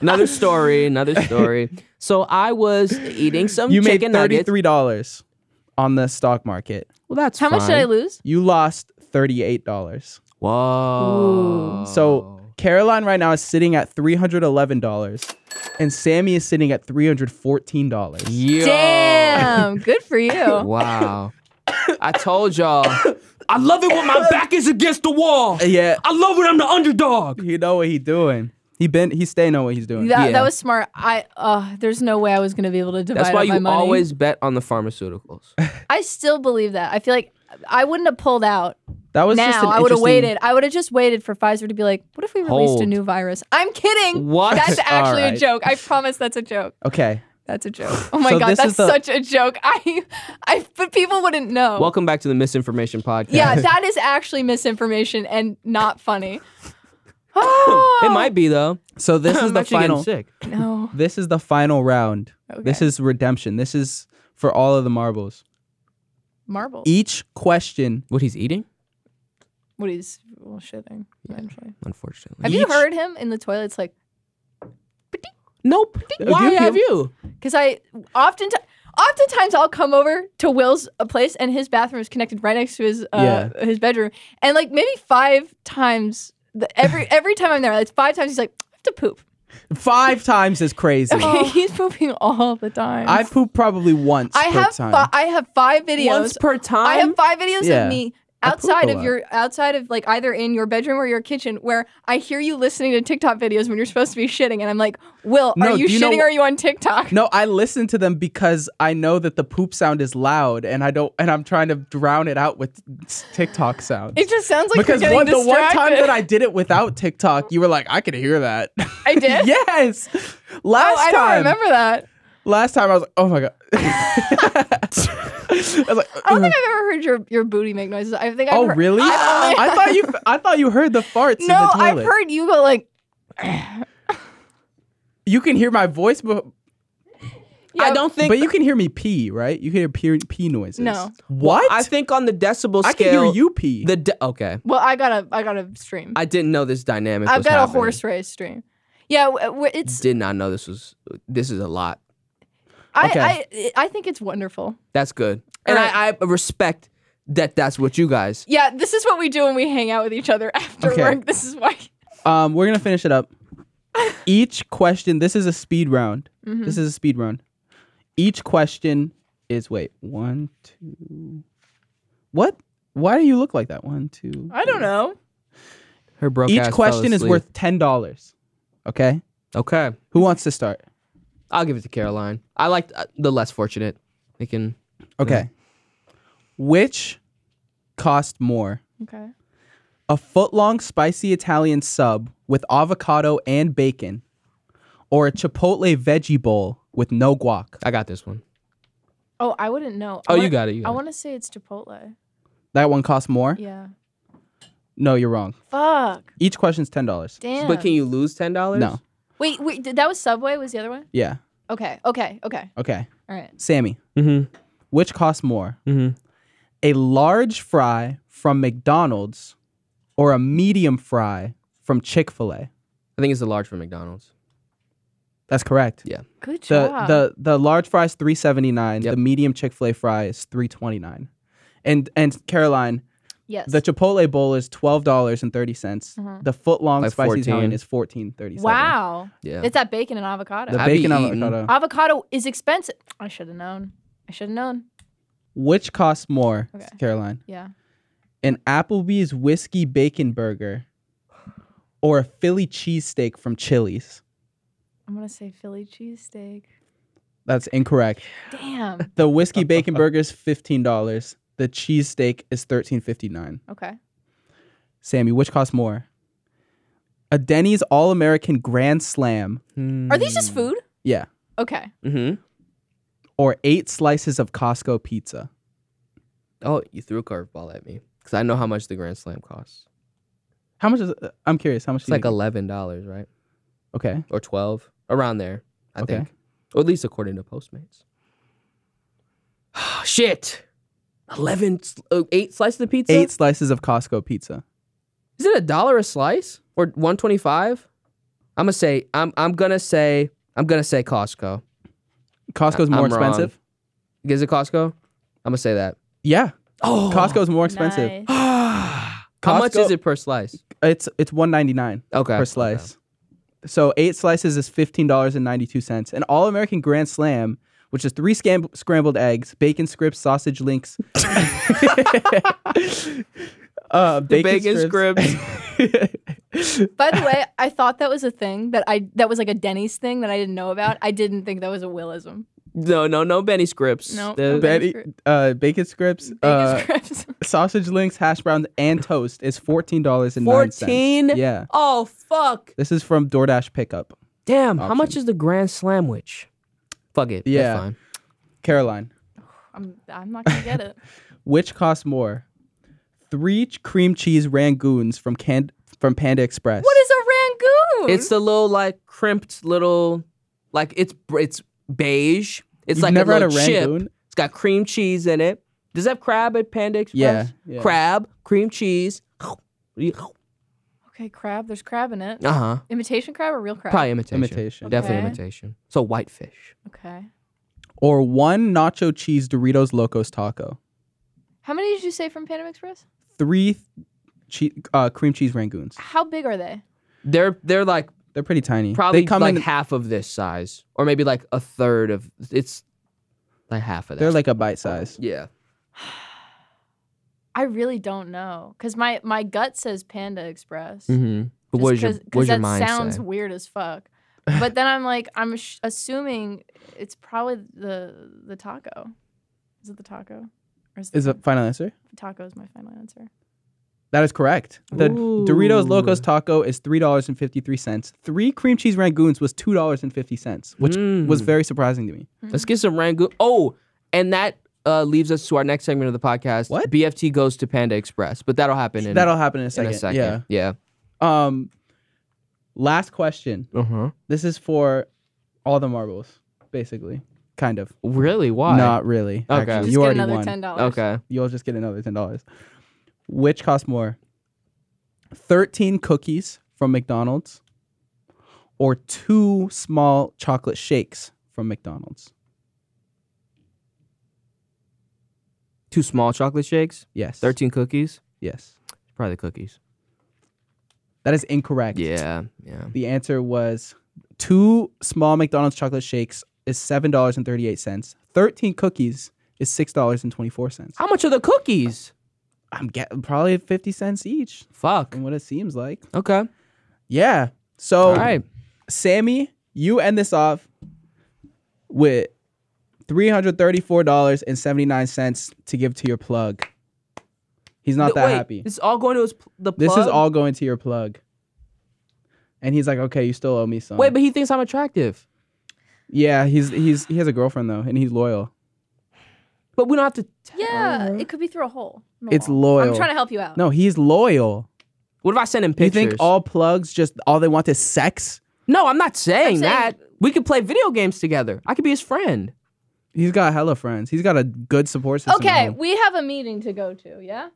Speaker 2: Another story, another story. So I was eating some
Speaker 1: you made
Speaker 2: chicken nuggets.
Speaker 1: $33 on the stock market.
Speaker 2: Well, that's
Speaker 3: How much did I lose?
Speaker 1: You lost $38.
Speaker 2: Whoa.
Speaker 1: So Caroline right now is sitting at $311 and Sammy is sitting at $314.
Speaker 2: Yo.
Speaker 3: Damn. Good for you.
Speaker 2: Wow. I told y'all. I love it when my back is against the wall.
Speaker 1: Yeah,
Speaker 2: I love when I'm the underdog.
Speaker 1: he know what he doing. He been he stay know what he's doing.
Speaker 3: That,
Speaker 2: Yeah.
Speaker 3: that was smart. I uh, there's no way I was gonna be able to divide
Speaker 2: That's why
Speaker 3: up my
Speaker 2: you
Speaker 3: money.
Speaker 2: always bet on the pharmaceuticals.
Speaker 3: I still believe that. I feel like I wouldn't have pulled out
Speaker 1: That was just
Speaker 3: now.
Speaker 1: an
Speaker 3: I would have
Speaker 1: interesting-
Speaker 3: waited. I would have just waited for Pfizer to be like, "What if we released a
Speaker 2: Hold.
Speaker 3: new virus?" I'm kidding.
Speaker 2: What?
Speaker 3: That's actually
Speaker 1: right.
Speaker 3: a joke. I promise that's a joke.
Speaker 1: Okay,
Speaker 3: That's a joke. Oh my
Speaker 1: So
Speaker 3: god,
Speaker 1: this
Speaker 3: that's
Speaker 1: is the-
Speaker 3: such a joke. I, I, but people wouldn't know.
Speaker 2: Welcome back to the misinformation podcast.
Speaker 3: yeah, that is actually misinformation and not funny.
Speaker 2: It
Speaker 3: Oh,
Speaker 2: might be though.
Speaker 1: so this
Speaker 2: I'm
Speaker 1: is the
Speaker 2: actually getting
Speaker 1: final.
Speaker 2: Sick.
Speaker 3: no.
Speaker 1: This is the final round. This
Speaker 3: Okay.
Speaker 1: is redemption. This is for all of the marbles.
Speaker 3: Marble.
Speaker 1: Each question.
Speaker 2: What he's eating?
Speaker 3: what he's well, shitting eventually.
Speaker 2: Unfortunately.
Speaker 3: Have you
Speaker 1: Each-
Speaker 3: heard him in the toilets? Like,
Speaker 2: Nope. Why
Speaker 1: you-
Speaker 2: have you?
Speaker 3: because I often, oftentimes I'll come over to Will's uh, place and his bathroom is connected right next to his uh, his bedroom, and like maybe five times the, every every time I'm there, like five times he's like, I have to poop.
Speaker 1: Five times is crazy.
Speaker 3: he's pooping all the time.
Speaker 1: I pooped probably once
Speaker 3: Oh. I
Speaker 1: per
Speaker 3: have
Speaker 1: time.
Speaker 3: fi- I have five videos.
Speaker 2: Once per time.
Speaker 3: I have five videos
Speaker 1: Yeah.
Speaker 3: of me
Speaker 1: I poop
Speaker 3: outside
Speaker 1: a
Speaker 3: of
Speaker 1: lot.
Speaker 3: your outside of like either in your bedroom or your kitchen where I hear you listening to TikTok videos when you're supposed to be shitting and I'm like, Will,
Speaker 1: No,
Speaker 3: are you
Speaker 1: do you know
Speaker 3: shitting
Speaker 1: wh-
Speaker 3: or are you on TikTok?
Speaker 1: no, I listen to them because I know that the poop sound is loud, and I don't, and I'm trying to drown it out with s- TikTok sounds.
Speaker 3: It just sounds like
Speaker 1: because
Speaker 3: you're
Speaker 1: one,
Speaker 3: getting
Speaker 1: the one time
Speaker 3: distracted.
Speaker 1: that I did it without TikTok, you were like, I could hear that.
Speaker 3: I did?
Speaker 1: yes.
Speaker 3: Oh,
Speaker 1: Last
Speaker 3: I
Speaker 1: time.
Speaker 3: don't remember that.
Speaker 1: Last time I was like, oh my god. I was like,
Speaker 3: I don't think I've ever heard your, your booty make noises. I think I've
Speaker 1: oh
Speaker 3: heard-
Speaker 1: really?
Speaker 3: I've only-
Speaker 1: I thought you I thought you heard the farts in
Speaker 3: no,
Speaker 1: the toilet.
Speaker 3: I've heard you go like.
Speaker 1: you can hear my voice, but,
Speaker 3: yeah,
Speaker 2: think.
Speaker 1: but you can hear me pee, right? You can hear pee, pee noises.
Speaker 3: No.
Speaker 1: What?
Speaker 2: I think on the decibel
Speaker 1: I can
Speaker 2: scale.
Speaker 1: hear you pee.
Speaker 2: The de- okay.
Speaker 3: Well, I got a I got a stream.
Speaker 2: I didn't know this dynamic.
Speaker 3: I've
Speaker 2: was
Speaker 3: got
Speaker 2: happening.
Speaker 3: a horse race stream. Yeah, w- w- it's
Speaker 2: Did not know this was. This is a lot.
Speaker 1: Okay.
Speaker 3: I, I I think it's wonderful.
Speaker 2: That's good. And I, I respect that. That's what you guys.
Speaker 3: Yeah, this is what we do when we hang out with each other after
Speaker 1: Okay.
Speaker 3: work. This is why.
Speaker 1: um, we're gonna finish it up. Each question. This is a speed round.
Speaker 3: Mm-hmm. Hmm.
Speaker 1: This is a speed round. Each question is wait one two. What? Why do you look like that? One two.
Speaker 3: I don't know.
Speaker 2: Her broke ass
Speaker 1: Each
Speaker 2: fell
Speaker 1: question is
Speaker 2: asleep.
Speaker 1: worth ten dollars. Okay.
Speaker 2: Okay.
Speaker 1: Who wants to start?
Speaker 2: I'll give it to Caroline. I like uh, the less fortunate. They can.
Speaker 1: Okay.
Speaker 2: Mm-hmm.
Speaker 1: Which cost more?
Speaker 3: Okay.
Speaker 1: A foot long spicy Italian sub with avocado and bacon, or a Chipotle veggie bowl with no guac?
Speaker 2: I got this one.
Speaker 3: Oh, I wouldn't know.
Speaker 2: Oh,
Speaker 3: I
Speaker 2: you
Speaker 3: wanna-
Speaker 2: got it. You got
Speaker 3: I
Speaker 2: it.
Speaker 3: want to say it's Chipotle.
Speaker 1: That one costs more?
Speaker 3: Yeah.
Speaker 1: No, you're wrong.
Speaker 3: Fuck.
Speaker 1: Each question's ten dollars.
Speaker 3: Damn.
Speaker 2: But can you lose ten dollars?
Speaker 1: No.
Speaker 3: wait, wait. Did, that was Subway. Was the other one?
Speaker 1: Yeah.
Speaker 3: Okay. Okay. Okay.
Speaker 1: Okay.
Speaker 3: All right.
Speaker 1: Sammy,
Speaker 2: Mm-hmm.
Speaker 1: which costs more?
Speaker 2: Mm-hmm.
Speaker 1: A large fry from McDonald's or a medium fry from Chick fil A?
Speaker 2: I think it's the large for McDonald's.
Speaker 1: That's correct.
Speaker 3: Good
Speaker 1: The
Speaker 3: job.
Speaker 1: the the large fry is three seventy nine.
Speaker 2: Yep.
Speaker 1: The medium Chick fil A fry is three twenty nine. And and Caroline,
Speaker 3: yes.
Speaker 1: the Chipotle bowl is twelve dollars and thirty cents.
Speaker 3: Mhm.
Speaker 1: The foot long
Speaker 2: Like
Speaker 1: spicy
Speaker 2: 14.
Speaker 1: Italian is fourteen thirty seven.
Speaker 3: wow.
Speaker 2: Yeah.
Speaker 3: It's that bacon and avocado.
Speaker 1: The
Speaker 2: I'd be
Speaker 1: bacon
Speaker 2: eating.
Speaker 1: avocado.
Speaker 3: avocado is expensive. I should have known. I should have known.
Speaker 1: Which costs more,
Speaker 3: Okay.
Speaker 1: Caroline?
Speaker 3: Yeah.
Speaker 1: An Applebee's whiskey bacon burger or a Philly cheesesteak from Chili's?
Speaker 3: I'm gonna say Philly cheesesteak.
Speaker 1: That's incorrect.
Speaker 3: Damn.
Speaker 1: The whiskey bacon burger is fifteen dollars. The cheesesteak is thirteen fifty nine.
Speaker 3: Okay.
Speaker 1: Sammy, which costs more? A Denny's All American Grand Slam.
Speaker 2: Hmm.
Speaker 3: Are these
Speaker 2: Mm.
Speaker 3: just food?
Speaker 1: Yeah.
Speaker 3: Okay.
Speaker 2: Mm-hmm.
Speaker 1: Or eight slices of Costco pizza.
Speaker 2: Oh, you threw a curveball at me because I know how much the Grand Slam costs.
Speaker 1: How much is? I'm curious. How much?
Speaker 2: It's
Speaker 1: do you
Speaker 2: like
Speaker 1: think-
Speaker 2: eleven dollars, right,
Speaker 1: okay.
Speaker 2: or twelve, around there. I
Speaker 1: Okay.
Speaker 2: think, or at least according to Postmates. Shit, eleven, s- uh, eight slices of pizza.
Speaker 1: Eight slices of Costco pizza.
Speaker 2: Is it a dollar a slice or one twenty five? I'm gonna say I'm I'm gonna say I'm gonna say Costco.
Speaker 1: Costco's
Speaker 2: I-
Speaker 1: more
Speaker 2: I'm wrong.
Speaker 1: expensive.
Speaker 2: Is it Costco? I'm gonna say that.
Speaker 1: Yeah,
Speaker 2: Oh,
Speaker 1: Costco's more expensive.
Speaker 3: Nice.
Speaker 2: How much
Speaker 1: Costco-
Speaker 2: is it per slice?
Speaker 1: It's it's one ninety nine
Speaker 2: Okay,
Speaker 1: per slice. So eight slices is fifteen dollars and ninety two cents. An All American Grand Slam, which is three scam- scrambled eggs, bacon strips, sausage links, uh,
Speaker 2: The bacon scripts.
Speaker 3: By the way, I thought that was a thing that I that was like a Denny's thing that I didn't know about. I didn't think that was a Willism.
Speaker 2: No, no, no Benny scripts.
Speaker 3: No,
Speaker 2: The-
Speaker 3: no
Speaker 1: Betty- uh, bacon strips, uh,
Speaker 3: Biggest crips.
Speaker 1: sausage links, hash browns, and toast is fourteen dollars and nine cents.
Speaker 2: 14?
Speaker 1: Yeah,
Speaker 2: Oh, fuck.
Speaker 1: this is from DoorDash pickup.
Speaker 2: Damn. How
Speaker 1: Option.
Speaker 2: much is the Grand Slamwich? Fuck it.
Speaker 1: Yeah.
Speaker 2: That's fine.
Speaker 1: Caroline,
Speaker 3: I'm, I'm not gonna get it.
Speaker 1: which costs more? Three ch- cream cheese rangoons from can- from Panda Express.
Speaker 3: What is a Rangoon?
Speaker 2: It's the little, like, crimped little, like, it's br- it's beige. It's
Speaker 1: You've
Speaker 2: like
Speaker 1: never
Speaker 2: a
Speaker 1: had a
Speaker 2: little chip.
Speaker 1: rangoon?
Speaker 2: It's got cream cheese in it. Does that have crab at Panda Express?
Speaker 1: Yeah, yeah.
Speaker 2: Crab, cream cheese. Uh
Speaker 3: okay crab. There's crab in it.
Speaker 2: huh.
Speaker 3: Imitation crab or real crab?
Speaker 2: Probably imitation.
Speaker 1: Imitation.
Speaker 2: Definitely
Speaker 3: Okay.
Speaker 2: imitation. So whitefish.
Speaker 3: Okay.
Speaker 1: Or one nacho cheese Doritos Locos Taco.
Speaker 3: How many did you say from Panda Express?
Speaker 1: Three che- uh, cream cheese rangoons.
Speaker 3: How big are they?
Speaker 2: They're they're like
Speaker 1: They're pretty tiny.
Speaker 2: probably
Speaker 1: they come
Speaker 2: like
Speaker 1: in.
Speaker 2: half of this size, or maybe like a third of it's like half of that.
Speaker 1: They're like a bite size.
Speaker 2: yeah.
Speaker 3: I really don't know, cause my my gut says Panda Express.
Speaker 2: Mm-hmm. But
Speaker 3: Just
Speaker 2: what is your
Speaker 3: cause, 'cause
Speaker 2: what is your
Speaker 3: that
Speaker 2: mind
Speaker 3: sounds
Speaker 2: say?
Speaker 3: weird as fuck. But then I'm like, I'm sh- assuming it's probably the the taco. Is it the taco? Or is,
Speaker 1: Is the
Speaker 3: it
Speaker 1: final answer?
Speaker 3: taco is my final answer?
Speaker 1: That is correct. The Doritos Locos
Speaker 2: Ooh.
Speaker 1: Taco is three dollars and fifty three cents. Three cream cheese rangoons was two dollars and fifty cents, which was
Speaker 2: Mm.
Speaker 1: very surprising to me.
Speaker 2: Let's get some Rangoon. Oh, and that uh, leaves us to our next segment of the podcast.
Speaker 1: What?
Speaker 2: BFT goes to Panda Express, but that'll happen in
Speaker 1: That'll happen in a
Speaker 2: in
Speaker 1: second.
Speaker 2: a second.
Speaker 1: Yeah.
Speaker 2: Yeah.
Speaker 1: Um. Last question.
Speaker 2: Uh huh.
Speaker 1: This is for all the marbles, basically. Kind of.
Speaker 2: Really? Why?
Speaker 1: Not really.
Speaker 2: Okay.
Speaker 1: actually.
Speaker 3: Just
Speaker 1: You
Speaker 3: get
Speaker 1: already
Speaker 3: another
Speaker 1: won.
Speaker 3: ten dollars.
Speaker 2: Okay.
Speaker 1: you'll just get another ten dollars. Which costs more? Thirteen cookies from McDonald's or two small chocolate shakes from McDonald's.
Speaker 2: Two small chocolate shakes.
Speaker 1: Yes.
Speaker 2: Thirteen cookies.
Speaker 1: Yes.
Speaker 2: Probably cookies.
Speaker 1: That is incorrect.
Speaker 2: Yeah. Yeah.
Speaker 1: The answer was two small McDonald's chocolate shakes is seven dollars and thirty eight cents. Thirteen cookies is six dollars and twenty four cents.
Speaker 2: How much are the cookies?
Speaker 1: I'm getting probably fifty cents each,
Speaker 2: Fuck.
Speaker 1: from what it seems like.
Speaker 2: Okay.
Speaker 1: Yeah. So
Speaker 2: All right.
Speaker 1: Sammy, you end this off with three hundred thirty-four dollars and seventy-nine cents to give to your plug. He's not
Speaker 2: Th-
Speaker 1: that
Speaker 2: wait,
Speaker 1: happy.
Speaker 2: This is all going to his pl- the
Speaker 1: This
Speaker 2: plug?
Speaker 1: is all going to your plug. And he's like, okay, you still owe me some.
Speaker 2: Wait, but he thinks I'm attractive.
Speaker 1: yeah, he's he's he has a girlfriend though, and he's loyal.
Speaker 2: But we don't have to. Tell
Speaker 3: Yeah,
Speaker 2: her.
Speaker 3: it could be through a hole. in the
Speaker 1: It's
Speaker 3: wall.
Speaker 1: loyal.
Speaker 3: I'm trying to help you out.
Speaker 1: No, he's loyal.
Speaker 2: What if I send him pictures?
Speaker 1: You think all plugs just all they want is sex?
Speaker 2: No, I'm not saying,
Speaker 3: saying-
Speaker 2: that. We could play video games together. I could be his friend.
Speaker 1: He's got hella friends. He's got a good support system. at
Speaker 3: Okay,
Speaker 1: home.
Speaker 3: we have a meeting to go to. Yeah,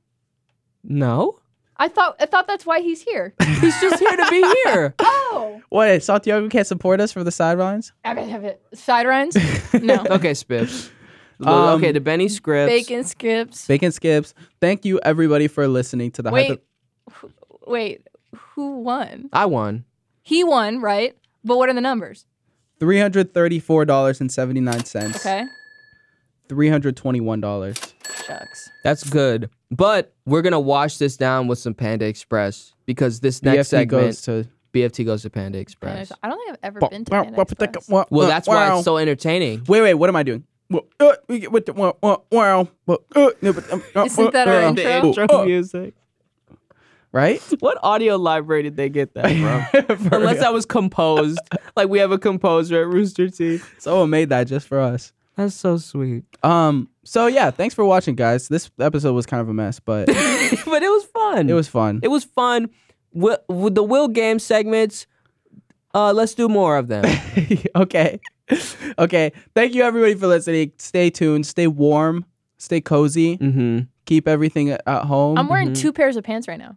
Speaker 2: No,
Speaker 3: I thought I thought that's why he's here.
Speaker 2: he's just here to be here.
Speaker 3: oh,
Speaker 1: What? Santiago can't support us from the sidelines.
Speaker 3: I mean, have it. Side runs? No.
Speaker 2: Okay, Spiffs.
Speaker 1: Um,
Speaker 2: okay, the Benny scripts.
Speaker 3: Bacon skips.
Speaker 1: Bacon skips. Thank you everybody for listening to the hypo-
Speaker 3: Wait, who- wait. Who won?
Speaker 2: I won.
Speaker 3: He won, right? But what are the numbers?
Speaker 1: Three hundred thirty-four dollars and seventy-nine cents.
Speaker 3: Okay.
Speaker 1: Three hundred twenty-one dollars.
Speaker 3: Shucks.
Speaker 2: That's good. But we're gonna wash this down with some Panda Express because this next
Speaker 1: BFT
Speaker 2: segment
Speaker 1: E goes to.
Speaker 2: BFT goes to Panda
Speaker 3: Panda
Speaker 2: Express.
Speaker 3: Express. I don't think I've ever been to Panda Express.
Speaker 2: Well, that's why it's so entertaining.
Speaker 1: Wait, wait. What am I doing? uh, Isn't uh, um,
Speaker 3: Isn't that our intro?
Speaker 2: music.
Speaker 1: Right?
Speaker 2: Oh. What audio library did they get that from? Unless that was composed, like we have a composer at Rooster Teeth.
Speaker 1: someone made that just for us.
Speaker 2: That's so sweet.
Speaker 1: Um. So yeah, thanks for watching, guys. This episode was kind of a mess, but
Speaker 2: but it was fun.
Speaker 1: it was fun.
Speaker 2: It was fun. Wi- With the will game segments, uh, let's do more of them.
Speaker 1: okay. Okay. Thank you everybody for listening. Stay tuned. Stay warm. Stay cozy.
Speaker 2: mm-hmm.
Speaker 1: Keep everything at at home.
Speaker 3: Mm. I'm wearing
Speaker 2: Mhm.
Speaker 3: two pairs of pants right now.